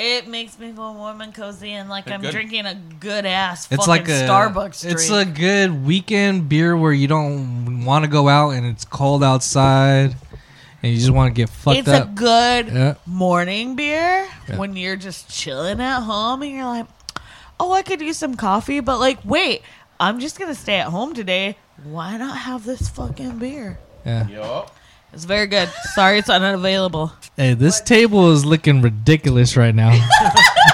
S1: It makes me feel warm and cozy and like
S3: They're
S1: I'm
S3: good.
S1: drinking a good ass fucking
S2: It's like a
S1: Starbucks drink.
S2: It's a good weekend beer where you don't want to go out and it's cold outside and you just want to get fucked
S1: It's
S2: up.
S1: a good
S2: Yeah.
S1: morning beer
S2: Yeah.
S1: when you're just chilling at home and you're like, oh, I could use some coffee, but like, wait, I'm just gonna stay at home today. Why not have this fucking beer?
S2: yeah.
S3: Yo.
S1: It's very good. Sorry, it's unavailable.
S2: Hey, this table is looking ridiculous
S1: <laughs>
S2: right now.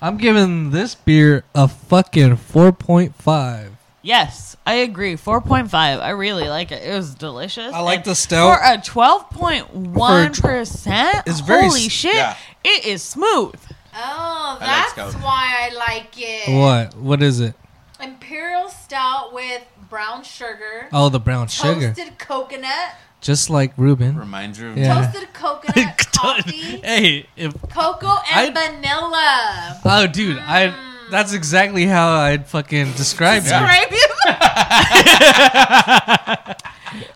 S2: I'm giving this beer a fucking 4.5.
S1: Yes, I agree. Four point five. I really like it. It was delicious.
S2: I like
S1: And
S2: the stout.
S1: for a twelve point one percent.
S2: It's very
S1: holy
S2: s-
S1: shit.
S3: yeah.
S1: It is smooth.
S4: Oh,
S3: I like
S4: that's
S3: stout.
S4: why I like it.
S2: What? What is it?
S4: Imperial stout with brown sugar,
S2: Oh, the brown sugar.
S4: toasted coconut,
S2: Just like Reuben.
S3: Reminds you of
S2: Yeah. <laughs>
S4: toasted coconut coffee,
S2: hey, if
S4: cocoa, and vanilla. <laughs>
S2: oh, dude, I that's exactly how I'd fucking describe it.
S1: Right?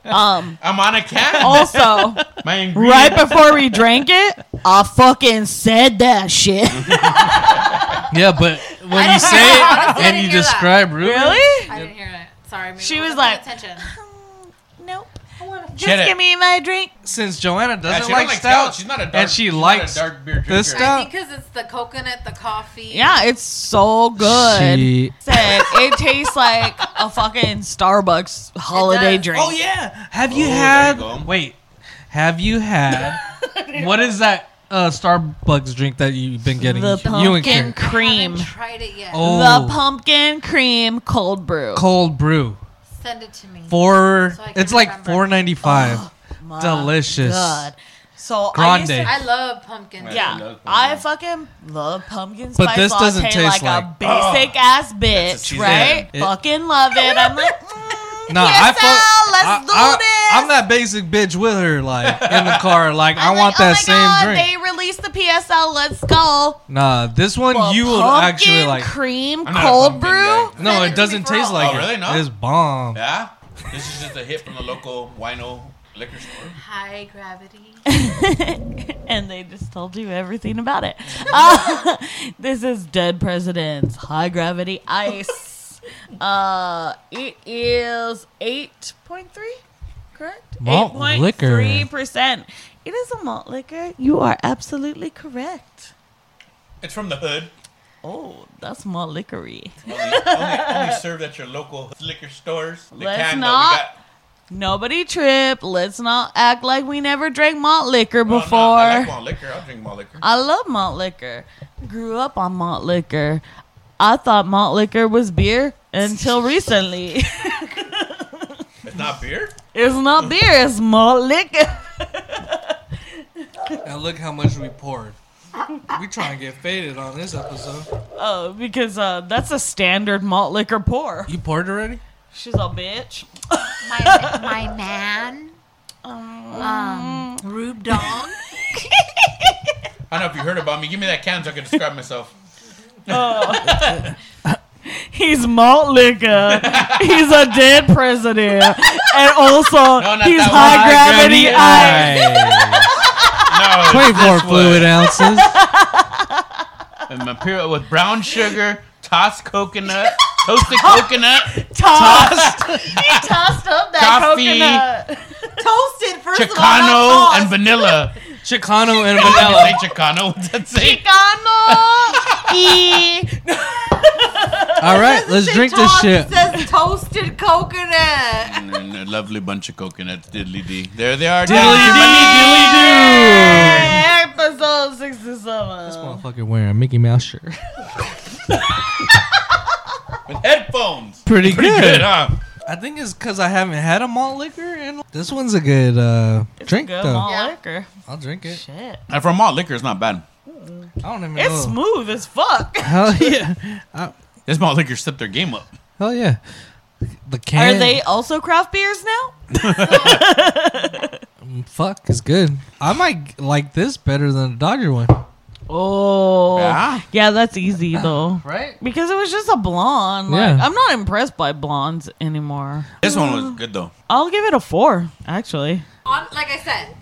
S1: um.
S3: I'm on a cat.
S1: Also,
S3: My ingredient.
S1: right before we drank it, I fucking said that
S2: <laughs>
S1: shit.
S2: Yeah, but when
S4: <laughs> I
S2: you
S4: didn't
S2: say
S4: hear
S2: it
S4: that.
S2: and
S4: I didn't
S2: you
S4: hear that.
S2: describe Reuben,
S1: really?
S4: I didn't hear it. Sorry. Maybe
S1: She
S4: I
S1: was
S4: wasn't paying
S1: like-
S2: <laughs>
S4: attention.
S1: Nope.
S4: I wanna-
S1: Just
S3: Get it.
S1: give me my drink.
S2: since Joanna
S3: Yeah,
S2: doesn't
S3: she don't
S2: like
S3: like
S2: stout,
S3: stout. She's not a dark.
S2: and she
S3: she's not
S2: likes
S3: a dark beer drinker.
S2: this stout.
S4: I think because it's the coconut, the coffee.
S1: Yeah, it's so good.
S2: She-
S1: Said it tastes like a fucking Starbucks holiday
S4: does.
S1: drink.
S2: Oh yeah. Have you
S3: Oh, there
S2: had?
S3: you go.
S2: wait. Have you
S4: <laughs>
S2: had? what is that uh, Starbucks drink that you've been getting?
S1: The
S2: you and
S1: pumpkin
S2: Karen.
S4: I
S1: cream.
S4: haven't tried it yet.
S2: Oh.
S1: The pumpkin cream cold brew.
S2: cold brew
S4: Send it to me.
S2: for
S4: So I can
S2: it's like
S4: remember.
S2: four ninety five.
S1: Oh. My
S2: Delicious.
S1: God. So I used
S2: Grande.
S1: to-
S4: I love pumpkin.
S3: Yeah. I
S4: cream.
S1: yeah,
S3: love pumpkin.
S1: I fucking love pumpkin spice
S2: But this doesn't
S1: latte like,
S2: taste
S1: a
S2: like-
S1: basic
S3: Oh,
S1: ass bitch,
S3: seasoning.
S1: right?
S2: It-
S1: fucking love it. I'm
S3: <laughs>
S1: like, mm,
S2: No,
S1: yes,
S2: I fuck.
S1: Al, let's
S2: I,
S1: do
S2: I-
S1: this.
S2: I'm that basic bitch with her, like in the
S1: <laughs>
S2: car. Like I
S1: I'm like,
S2: want that
S1: oh my
S2: same
S1: God,
S2: drink.
S1: They released the PSL. Let's go.
S2: Nah, this one
S1: Well,
S2: you would
S1: pumpkin
S2: actually like.
S1: cream
S3: I'm not a
S1: cold
S3: pumpkin
S1: brew.
S3: guy.
S2: No,
S4: Send it
S2: it
S4: to
S2: doesn't
S4: me for
S2: taste
S4: all.
S2: like
S3: Oh,
S2: it.
S3: really? No?
S2: It's bomb.
S3: Yeah. This is just a hit from the local wino liquor store.
S4: High gravity.
S1: <laughs> and they just told you everything about it. Uh, <laughs> this is Dead Presidents High Gravity Ice. Uh, it is 8.3, correct?
S2: Malt liquor.
S1: 8.3%. It is a malt liquor. You are absolutely correct.
S3: It's from the hood.
S1: Oh, that's malt liquory.
S3: Only, only, only served at your local liquor stores. The
S1: Let's
S3: can
S1: not.
S3: that
S1: Nobody trip. Let's not act like we never drank malt liquor
S3: Well,
S1: before.
S3: Oh, no, I like malt liquor. I'll drink malt liquor.
S1: I love malt liquor. Grew up on malt liquor. I thought malt liquor was beer
S3: <laughs>
S1: until recently. <laughs>
S3: It's not beer.
S1: it's not beer, it's malt liquor. <laughs>
S2: Now look how much we poured. We trying to get faded on this episode.
S1: Oh, because uh, that's a standard malt liquor pour.
S2: You poured already?
S1: She's a bitch.
S4: My, my man. Um, Rube Dong.
S3: I don't know if you heard about me. Give me that can so I can describe myself.
S1: He's malt
S3: <laughs>
S1: liquor. He's a dead president. And also,
S3: <laughs> not
S1: he's
S3: that one.
S1: high gravity ice.
S3: No,
S2: Twenty-four
S3: this
S2: fluid ounces.
S3: one. And my pure- with brown sugar, tossed coconut,
S1: <laughs>
S3: toasted coconut, <laughs>
S1: Tossed. he tossed up that
S3: uh, Coffee.
S1: coconut.
S4: Toasted, first of all.
S3: Chicano,
S4: not
S3: and
S4: tossed.
S3: vanilla.
S2: <laughs> Chicano and
S3: What
S1: <laughs>
S3: did
S2: vanilla.
S3: you say Chicano? What's that say? <laughs>
S1: Chicano. E.
S2: All right, let's <laughs> drink this
S4: Tossed
S2: shit.
S4: says toasted coconut.
S3: And then a lovely bunch of coconuts, diddly dee. There they are.
S2: Dilly dee, dilly doo.
S1: Episode 67.
S2: Motherfucker wearing a Mickey Mouse shirt.
S3: With headphones.
S2: Pretty,
S3: Pretty
S2: good.
S3: good, huh?
S2: I think it's because I haven't had a malt liquor, and this one's a good uh, drink
S1: Good
S2: though.
S1: malt
S4: Yeah.
S1: liquor.
S2: I'll drink it.
S1: Shit.
S3: And for malt liquor, it's not bad.
S2: I don't even
S1: It's
S2: know.
S1: smooth as fuck.
S2: Hell <laughs> yeah,
S3: This malt liquor stepped their game up.
S2: hell yeah. The
S1: Are
S2: can
S1: they also craft beers now?
S2: fuck is good. I might like this better than the Dodger one.
S1: Oh.
S3: Yeah.
S1: Yeah, that's easy though.
S2: Right?
S1: Because it was just a blonde. Like,
S2: Yeah.
S1: I'm not impressed by blondes anymore.
S3: This one was good, though.
S1: I'll give it a four, actually.
S4: On, like I said,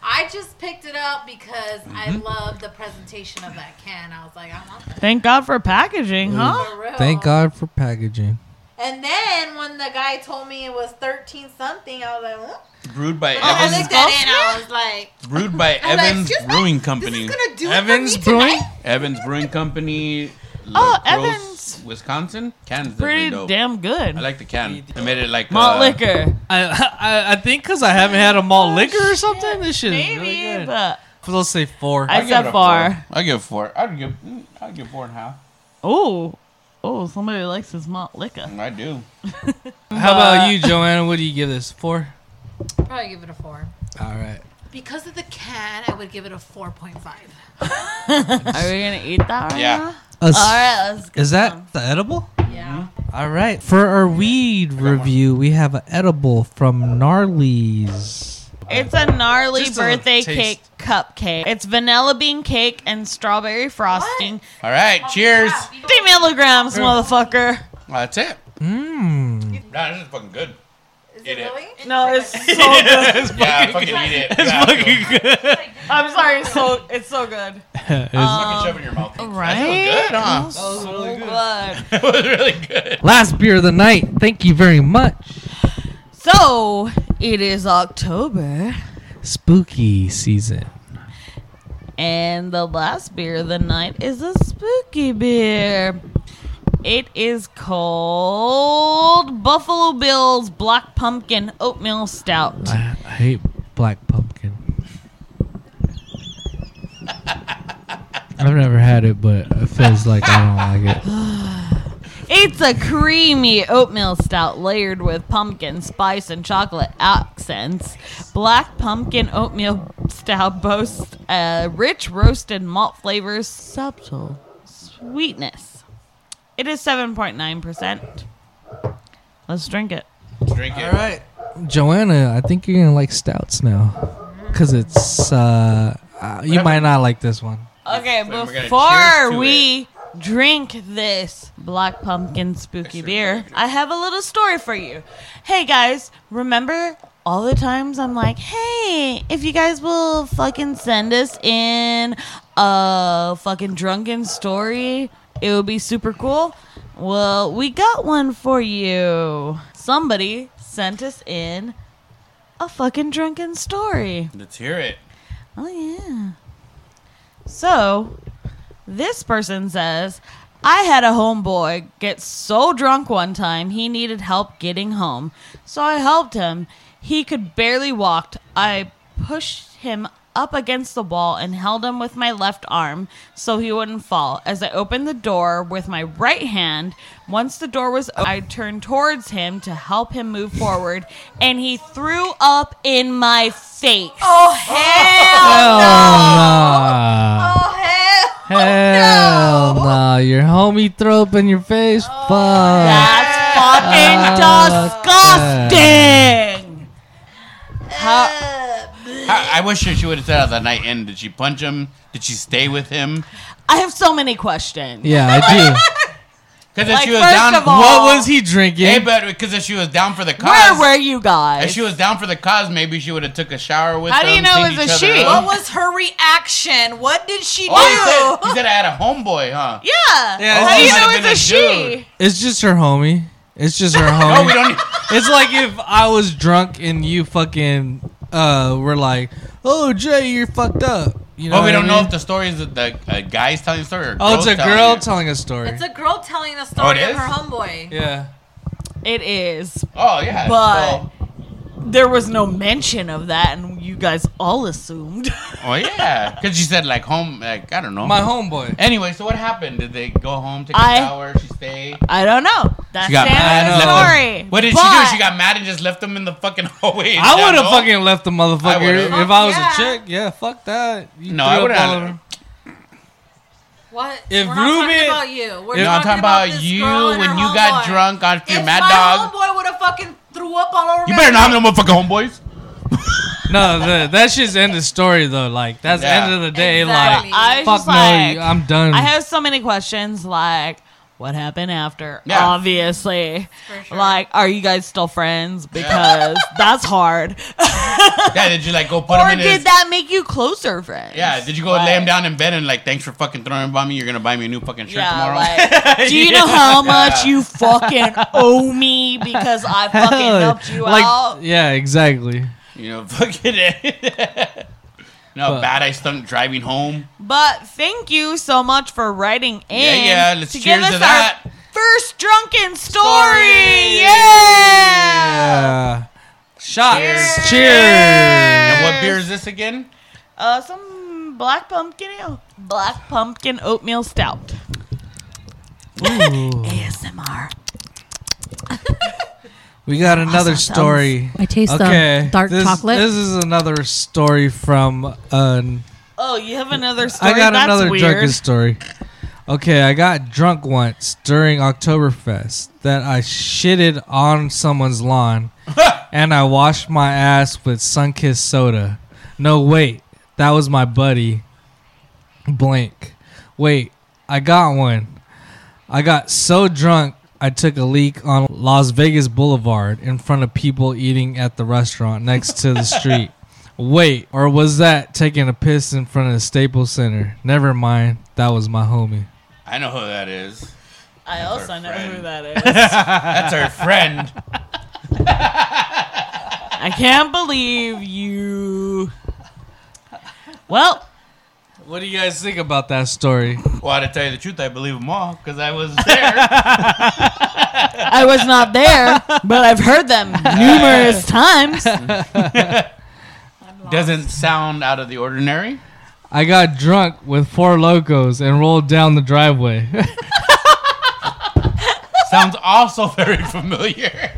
S4: I just picked it up because I
S2: Mm-hmm.
S4: love the presentation of that can. I was like, I want that
S1: Thank God for packaging, huh?
S4: for real.
S2: Thank God for packaging.
S4: And then when the guy told me it was 13 something, I was like, huh?
S3: Brewed by
S4: And Oh, I
S3: Evans,
S4: looked at it and I was like,
S3: brewed by
S4: I'm like,
S3: Evans
S4: "Excuse me?
S3: Brewing
S4: this
S3: Company.
S4: is going to do
S2: Evans
S4: it for me
S2: Brewing.
S4: tonight?
S3: Evans Brewing Company.
S1: Oh,
S3: La Crosse,
S1: Evans.
S3: Wisconsin. Can's
S1: Pretty
S3: pretty dope.
S1: damn good.
S3: I like the can. I made it like
S1: Malt
S3: uh,
S1: liquor.
S2: I I, I think because I haven't had a malt liquor or something. This shit
S1: Oh, Maybe,
S2: is really good.
S1: but
S2: Let's say four.
S1: I
S3: I'd give it
S1: said four.
S3: a four. I give it four. I'd give. mm, I'd give four and a half.
S1: Oh. Oh, somebody likes his malt
S2: <laughs>
S1: liquor.
S3: I do.
S2: How about you, Joanna? What do you give this? Four.
S4: Probably give it a four.
S2: All right.
S4: Because of the can, I would give it a 4.5.
S1: Are we gonna eat that right
S3: Yeah.
S1: now?
S2: Us-
S1: All right, Um, let's
S2: Is that the edible?
S3: Mm-hmm.
S4: Yeah.
S2: All right. For our weed review, we have an edible from <laughs> Gnarly's.
S1: It's a gnarly
S2: Just a little
S1: birthday
S2: taste.
S1: cake cupcake. It's vanilla bean cake and strawberry frosting.
S3: All right. Cheers.
S1: 50
S2: Mm.
S1: milligrams, motherfucker.
S3: That's it.
S2: Mmm.
S3: Nah, this is fucking good. <laughs>
S4: Is
S3: Eat
S4: it
S3: it.
S4: really?
S1: No, it's so good.
S2: <laughs>
S3: yeah, fucking eat it. It's fucking good.
S1: I'm sorry, it's so it's so good.
S3: Fucking shove it in your mouth.
S1: Oh. right?
S3: That was
S1: So good.
S3: good, huh? It was really good.
S2: Last beer of the night. Thank you very much.
S1: So it is October,
S2: Spooky season.
S1: and the last beer of the night is a spooky beer. It is called Buffalo Bill's Black Pumpkin Oatmeal Stout.
S2: I, I hate black pumpkin. <laughs> I've never had it, but it feels like I don't like it.
S1: It's a creamy oatmeal stout layered with pumpkin spice and chocolate accents. Black pumpkin oatmeal stout boasts a rich roasted malt flavors, subtle sweetness. It is 7.9%. Let's drink it.
S3: Drink it.
S2: right. <laughs> Joanna, I think you're gonna like stouts now, cause it's uh, uh you might not like this one.
S1: Okay,
S3: So we're gonna cheers
S1: before
S3: to
S1: we drink this black pumpkin spooky beer, I have a little story for you. Hey guys, remember all the times I'm like, hey, if you guys will fucking send us in a fucking drunken story, it would be super cool. Well, we got one for you. Somebody sent us in a fucking drunken story.
S3: Let's hear it.
S1: Oh, yeah. So, this person says, I had a homeboy get so drunk one time he needed help getting home. So I helped him. He could barely walk. I pushed him up against the wall and held him with my left arm so he wouldn't fall. As I opened the door with my right hand, once the door was open, I turned towards him to help him move forward, and he threw up in my face.
S4: Oh hell!
S2: Hell nah.
S4: Oh hell!
S2: Hell nah. Your homie throw up in your face?
S3: Oh,
S2: Fuck.
S1: That's fucking disgusting.
S4: Uh,
S1: How,
S3: I, I wish she would have said how the night ended. Did she punch him? Did she stay with him?
S1: I have so many questions.
S2: Yeah,
S3: <laughs>
S2: I
S3: Because if
S1: Like,
S3: she was
S1: first
S3: down,
S1: of
S2: do.
S1: all-
S2: What was he drinking?
S3: hey, but because if she was down for the
S1: Where
S3: cause,
S1: were you guys?
S3: if she was down for the cause, maybe she would have took a shower with.
S1: How do you
S3: them,
S1: know
S3: cleaned
S1: it was
S3: each
S1: a
S3: other
S1: she?
S3: up.
S4: What was her reaction? What did she do?
S3: Oh, he said, he said I had a homeboy, huh?
S1: yeah.
S5: Yeah,
S1: How do
S5: this
S1: you
S3: might
S1: know
S3: have
S1: it's a,
S3: been a dude.
S1: she?
S2: It's just her homie. It's just her homie.
S3: <laughs> No, Oh,
S2: <laughs>
S3: we don't. e- Need,
S2: It's like if I was drunk and you fucking uh were like, "Oh Jay, you're fucked up." You know.
S3: well, oh, we don't know if
S2: The
S3: the story is that the a guy's telling the story. Or
S2: oh, it's a
S3: girl's telling
S2: girl
S3: you.
S2: telling a story.
S4: It's a girl telling the story
S3: Oh, it
S4: of her
S3: is?
S4: homeboy.
S2: yeah.
S1: It is.
S3: oh yeah,
S1: But-
S3: so-
S1: There was no mention of that, and you guys all assumed. <laughs>
S3: oh yeah, because she said like home, like I don't know.
S2: My homeboy.
S3: anyway, so what happened? Did they go home, take a
S1: I-
S3: shower? She stayed.
S1: I don't know. That's
S3: She
S1: the
S3: got
S1: end
S2: mad,
S1: of the
S2: huh?
S1: story.
S3: What did she
S1: But
S3: do? She got mad and just left them in the fucking <laughs> hallway.
S2: I would have
S3: No?
S2: fucking left the
S3: I
S2: motherfucker
S3: would've.
S2: if I was
S4: Yeah.
S2: a chick. Yeah, fuck that. You
S3: No, I
S2: threw up
S3: would've
S2: all
S3: had
S2: over
S3: it.
S2: him.
S4: What?
S2: If
S4: We're not
S2: Ruben-
S4: talking about you. We're
S2: if-
S3: No, I'm talking about,
S4: this
S3: you
S4: girl and
S3: when
S4: her
S3: you got
S4: homeboy.
S3: drunk off your
S4: If
S3: mad
S4: my
S3: dog.
S4: homeboy would have fucking threw up all over
S3: You
S4: my
S3: better not have
S4: face-
S3: no motherfucking homeboys.
S2: No, the, that's just end of story though. Like that's the end
S3: Yeah.
S2: of the day.
S4: Exactly.
S2: Like
S1: I was
S2: fuck
S1: just
S2: no,
S1: like,
S2: you- I'm done.
S1: I have so many questions like what happened after?
S3: Yeah.
S1: Obviously.
S4: For sure.
S1: Like, are you guys still friends? Because
S3: <laughs>
S1: that's hard.
S3: Yeah, did you like go put him
S1: Or
S3: in
S1: did
S3: his?
S1: that make you closer friends?
S3: Yeah, did you go lay him down in bed and like, thanks for fucking throwing up on me. You're gonna buy me a new fucking shirt tomorrow.
S1: like, do you know how much you fucking owe me because I
S2: <laughs>
S1: fucking helped you
S2: like,
S1: out?
S2: Yeah, exactly.
S3: <laughs> you know, fucking <laughs> it. no,
S2: But-
S3: bad. I stunk driving home.
S1: But thank you so much for writing in.
S3: yeah, let's
S1: to
S3: cheers
S1: give us
S3: to that.
S1: Our first drunken story.
S3: Story.
S1: Yeah.
S2: Yeah. Shots.
S3: Cheers.
S2: Cheers.
S3: And what beer is this again?
S1: Uh, some black pumpkin ale. Black pumpkin oatmeal stout.
S2: Ooh.
S1: ASMR.
S2: We got another story.
S6: I taste um, dark
S2: this,
S6: chocolate.
S2: This is another story from an.
S1: Oh, you have another story.
S2: I got
S1: That's
S2: another
S1: weird.
S2: drunken story. Okay, I got drunk once during Oktoberfest that I shitted on
S1: <laughs>
S2: someone's lawn, and I washed my ass with Sunkist soda. No, wait, that was my buddy. Blank. Wait, I got one. I got so drunk I took a leak on Las Vegas Boulevard in front of people eating at the restaurant next to
S1: <laughs>
S2: the street. Wait, or was that taking a piss in front of the Staples Center? Never mind, that was my homie.
S3: I know who that is.
S1: I also know
S3: friend.
S1: who that is.
S3: That's our
S2: <laughs>
S3: friend.
S1: I can't believe you. Well,
S2: What do you guys think about that story?
S3: Well, to tell you the truth, I believe them all because I was
S2: <laughs>
S3: there.
S1: I was not there, but I've heard
S2: <laughs>
S1: them numerous times.
S3: Doesn't sound out of the ordinary.
S2: I got drunk with four locos and rolled down the driveway.
S3: Sounds also <laughs> very familiar.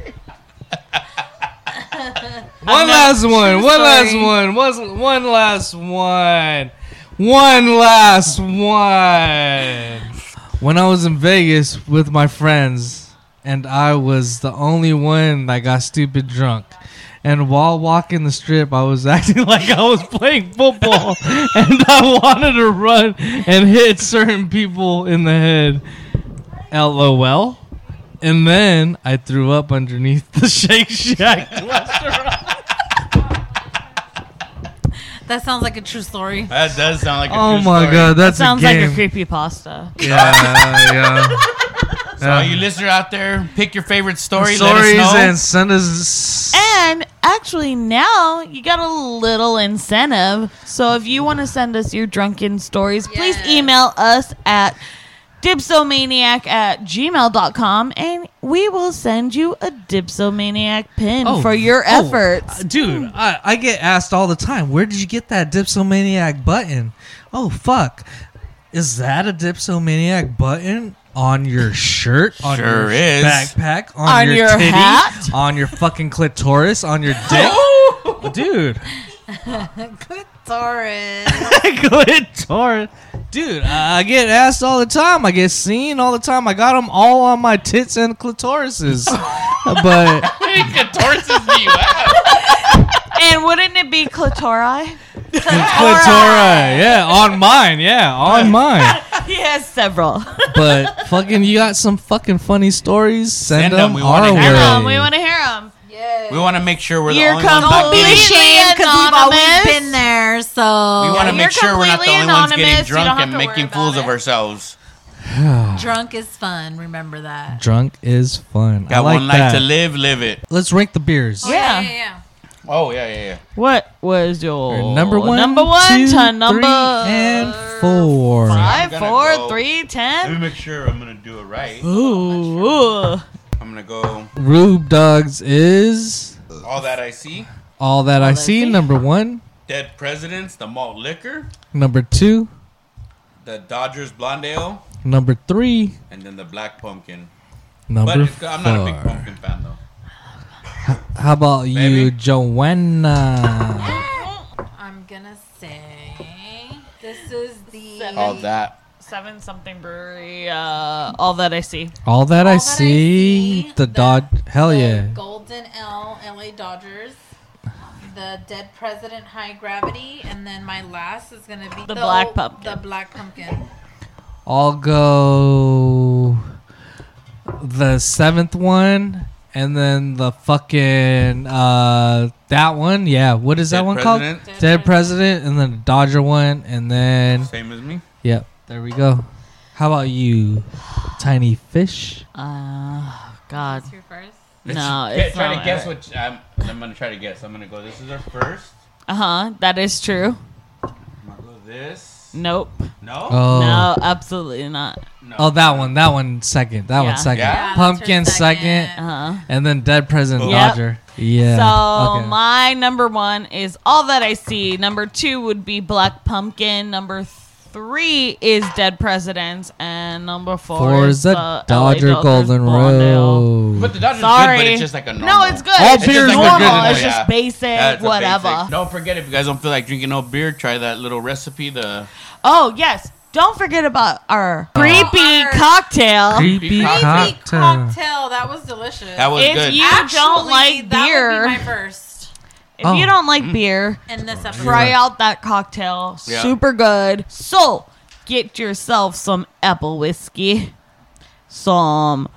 S2: One last one. One last
S1: sorry.
S2: one. One one last one. One last one. When I was in Vegas with my friends, and I was the only one that got stupid drunk. And while walking the strip, I was <laughs> acting like I was playing football, <laughs> and I wanted to run and hit certain people in the head. LOL. And then I threw up underneath the <laughs> Shake Shack
S4: That sounds like a true story.
S3: That does sound like a
S2: Oh
S3: true
S2: my
S3: story.
S2: god, that's
S1: Sounds
S2: a
S1: like
S2: game.
S1: a creepy pasta.
S2: Yeah, yeah.
S3: <laughs> So, all you listener out there, pick your favorite story.
S2: stories
S3: let us know.
S2: Uh,
S3: <laughs>
S2: and send us.
S1: And actually, now you got a little incentive. So if you want to send us your drunken stories, please
S4: Yes.
S1: email us at dipsomaniac at gmail.com and we will send you a dipsomaniac pin
S2: Oh,
S1: for your
S2: oh,
S1: efforts.
S2: uh, dude. I, I get asked all the time, "Where did you get that dipsomaniac button?" Oh fuck, is that a dipsomaniac button on your shirt? On
S3: Sure
S2: your
S3: is.
S2: backpack? On,
S1: On
S2: your,
S1: your
S2: titty?
S1: hat?
S2: On your fucking clitoris? On
S3: <laughs>
S2: your dick?
S3: Oh!
S2: dude,
S4: Taurus.
S3: <laughs>
S2: clitoris. Dude, I I get asked all the time. I get seen all the time. I got them all on my tits and
S3: <laughs>
S2: clitorises. but
S3: Clitorises me. Wow.
S1: and wouldn't it be clitori?
S2: clitora, yeah, on mine, yeah, on
S3: <laughs>
S2: mine.
S1: <laughs> He has several. <laughs>
S2: But fucking, you got some fucking funny stories. Send,
S3: Send 'em,
S2: them.
S3: we
S2: our
S3: wanna
S2: way.
S3: hear
S1: Hear 'em, We want to hear them.
S4: yes.
S3: We want to make sure we're the
S1: You're
S3: only ones.
S1: completely
S3: Not
S4: be
S3: getting,
S4: ashamed because we've always
S1: anonymous.
S4: been there. So
S3: we want to make sure we're not the
S1: completely
S3: only ones getting
S1: anonymous, you don't
S3: drunk
S1: have
S3: and
S1: to worry
S3: making
S1: about
S3: fools of
S1: it.
S3: ourselves.
S4: <laughs> drunk is fun. Remember that.
S2: Drunk is fun. I
S3: Got
S2: like
S3: one life
S2: that.
S3: to live, live it.
S2: Let's rank the beers.
S1: Yeah.
S4: yeah.
S3: Oh yeah, yeah, yeah.
S1: What was your
S2: Number one,
S1: Oh, Number one
S2: two,
S1: to number
S2: three, and four.
S1: Five,
S3: I'm gonna
S1: four,
S3: go-
S1: three,
S3: Let
S1: ten.
S3: me make sure I'm gonna do it right.
S1: Ooh, ooh.
S3: I'm gonna go.
S2: Rube Dogs is
S3: All that I see.
S2: all that I
S1: I
S2: see.
S1: See.
S2: Number one,
S3: Dead presidents. The malt liquor.
S2: number two,
S3: The Dodgers blonde ale.
S2: number three,
S3: And then the black pumpkin. But
S2: number
S3: it's,
S2: four.
S3: I'm not a big pumpkin fan though.
S2: How about you,
S3: Maybe.
S2: Joanna?
S4: I'm gonna say this is the
S1: Seven.
S3: All that.
S1: seven something brewery. Uh, all that I see.
S2: All that I
S4: All that I
S2: see.
S4: see,
S2: the
S4: the-
S2: Dodge. Hell
S4: the
S2: yeah.
S4: Golden L LA Dodgers. The Dead President High Gravity, and then my last is gonna be
S1: The Black Pumpkin.
S4: The Black Pumpkin.
S2: I'll go the seventh one, and then the fucking uh that one. Yeah, what is that
S3: Dead
S2: one
S3: President.
S2: called? Dead President, and then the Dodger one, and then
S3: Same as me.
S2: yep, there we go. How about you, Tiny Fish?
S1: Uh, God.
S4: That's your first.
S1: No,
S3: Let's
S1: it's
S3: try
S1: not
S3: to guess what I'm, I'm gonna try to guess. I'm gonna go. This is our first.
S1: Uh huh. That is true.
S3: I'm gonna go this.
S1: Nope.
S3: No.
S2: Oh,
S1: No, absolutely not.
S3: no.
S2: oh, that one, that one second, that
S1: Yeah.
S2: one second.
S3: Yeah,
S4: that's her
S2: Pumpkin second.
S4: second.
S1: Uh huh.
S2: and then Dead President
S1: Yep.
S2: Dodger. Yeah.
S1: So
S2: okay.
S1: my number one is all that I see. Number two would be Black Pumpkin. Number three is Dead Presidents, and number four,
S2: four is
S1: is
S2: the
S1: uh,
S2: Dodger
S1: LA Dodgers
S2: Golden
S1: Blonde Ale.
S2: Road.
S3: But the Dodgers
S1: Sorry,
S3: good, but it's just like a normal.
S1: No, it's good.
S2: All
S1: it's
S2: beers
S1: just
S2: are
S1: normal.
S2: good in
S1: It's
S3: there.
S1: just
S3: Yeah.
S1: basic,
S3: Yeah, it's a
S1: whatever.
S3: basic. Don't forget if you guys don't feel like drinking no beer, try that little recipe. The
S1: Oh yes, don't forget about our creepy
S4: our-
S1: cocktail.
S2: Creepy
S3: Creepy
S4: Creepy
S2: cocktail.
S4: cocktail. That was delicious.
S3: that was
S1: If
S3: good.
S1: you- don't like
S4: that
S1: beer.
S4: Would be my first
S1: If
S2: Oh.
S1: you don't like beer,
S4: in this episode.
S1: try out that cocktail.
S3: Mm-hmm. Yeah.
S1: Super good. So get yourself some apple whiskey, some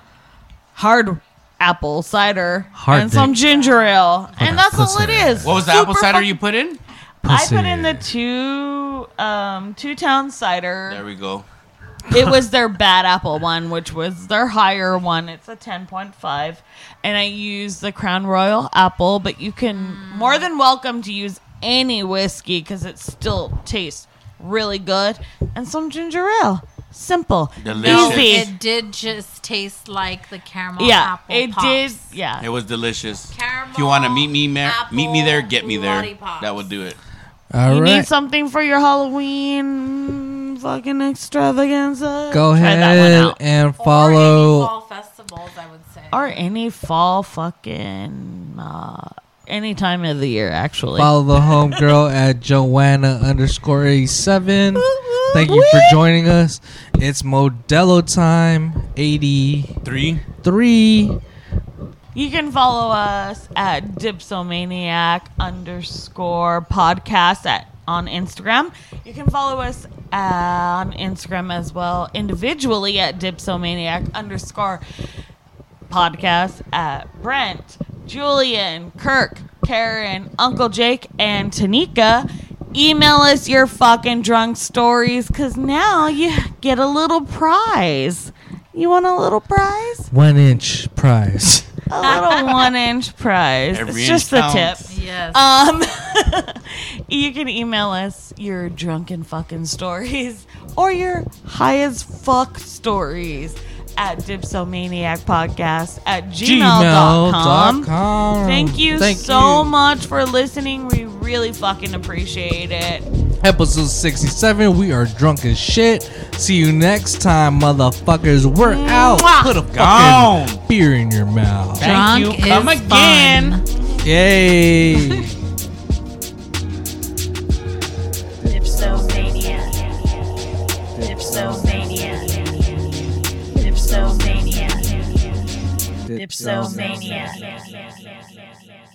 S1: hard apple cider,
S2: Hard
S1: and some
S2: dick.
S1: ginger ale, and that's all
S2: pussy.
S1: it is.
S3: what was the apple
S1: Super
S3: cider
S1: fuck-
S3: you put in?
S1: I put in the
S2: Pussy.
S1: two um two town cider.
S3: There we go.
S1: it was their bad apple one, which was their higher one. It's a 10.5. And I used the Crown Royal apple, but you can
S4: Mm.
S1: more than welcome to use any whiskey because it still tastes really good. And some ginger ale. Simple.
S3: Delicious.
S1: Easy.
S4: It did just taste like the caramel
S1: yeah.
S4: apple
S1: It
S4: pops.
S1: did. Yeah.
S3: It was delicious.
S4: Caramel
S3: if you want to meet me, there,
S4: apple
S3: meet me there, get me there.
S4: lollipops.
S3: That would do it.
S2: All
S1: you need
S2: right.
S1: something for your Halloween fucking extravaganza?
S2: Go
S1: Try that one
S2: ahead
S1: out.
S2: and
S4: Or any
S2: follow
S4: fall festivals, I would say.
S1: Or any fall fucking. Uh, any time of the year, actually.
S2: follow the homegirl <laughs> at Joanna underscore eighty seven. Thank you for
S1: Whee!
S2: joining us. It's Modelo time eighty
S3: Three.
S2: three.
S1: You can follow us at dipsomaniac underscore podcast at on Instagram. You can follow us uh, on Instagram as well individually at dipsomaniac underscore podcast at Brent, Julian, Kirk, Karen, Uncle Jake, and Tanika. Email us your fucking drunk stories because now you get a little prize. You want a little prize?
S2: One inch prize. <laughs>
S1: a little one inch prize.
S3: Every
S1: it's just
S3: inch
S1: a tip.
S3: counts.
S4: Yes.
S1: Um, <laughs> you can email us your drunken fucking stories or your high as fuck stories at dipsomaniacpodcast at gmail.com.
S2: Gmail.com.
S1: Thank you so much for listening. We really fucking appreciate it.
S2: Episode 67. We are drunk as shit. See you next time, motherfuckers. We're out.
S1: Mwah.
S2: Put a fucking
S3: Gone.
S2: beer in your mouth.
S3: Thank you.
S1: Drunk
S3: Come
S1: is
S3: again.
S1: fun.
S2: Yay.
S7: Dipsomania. Dipsomania. Dipsomania. Dipsomania.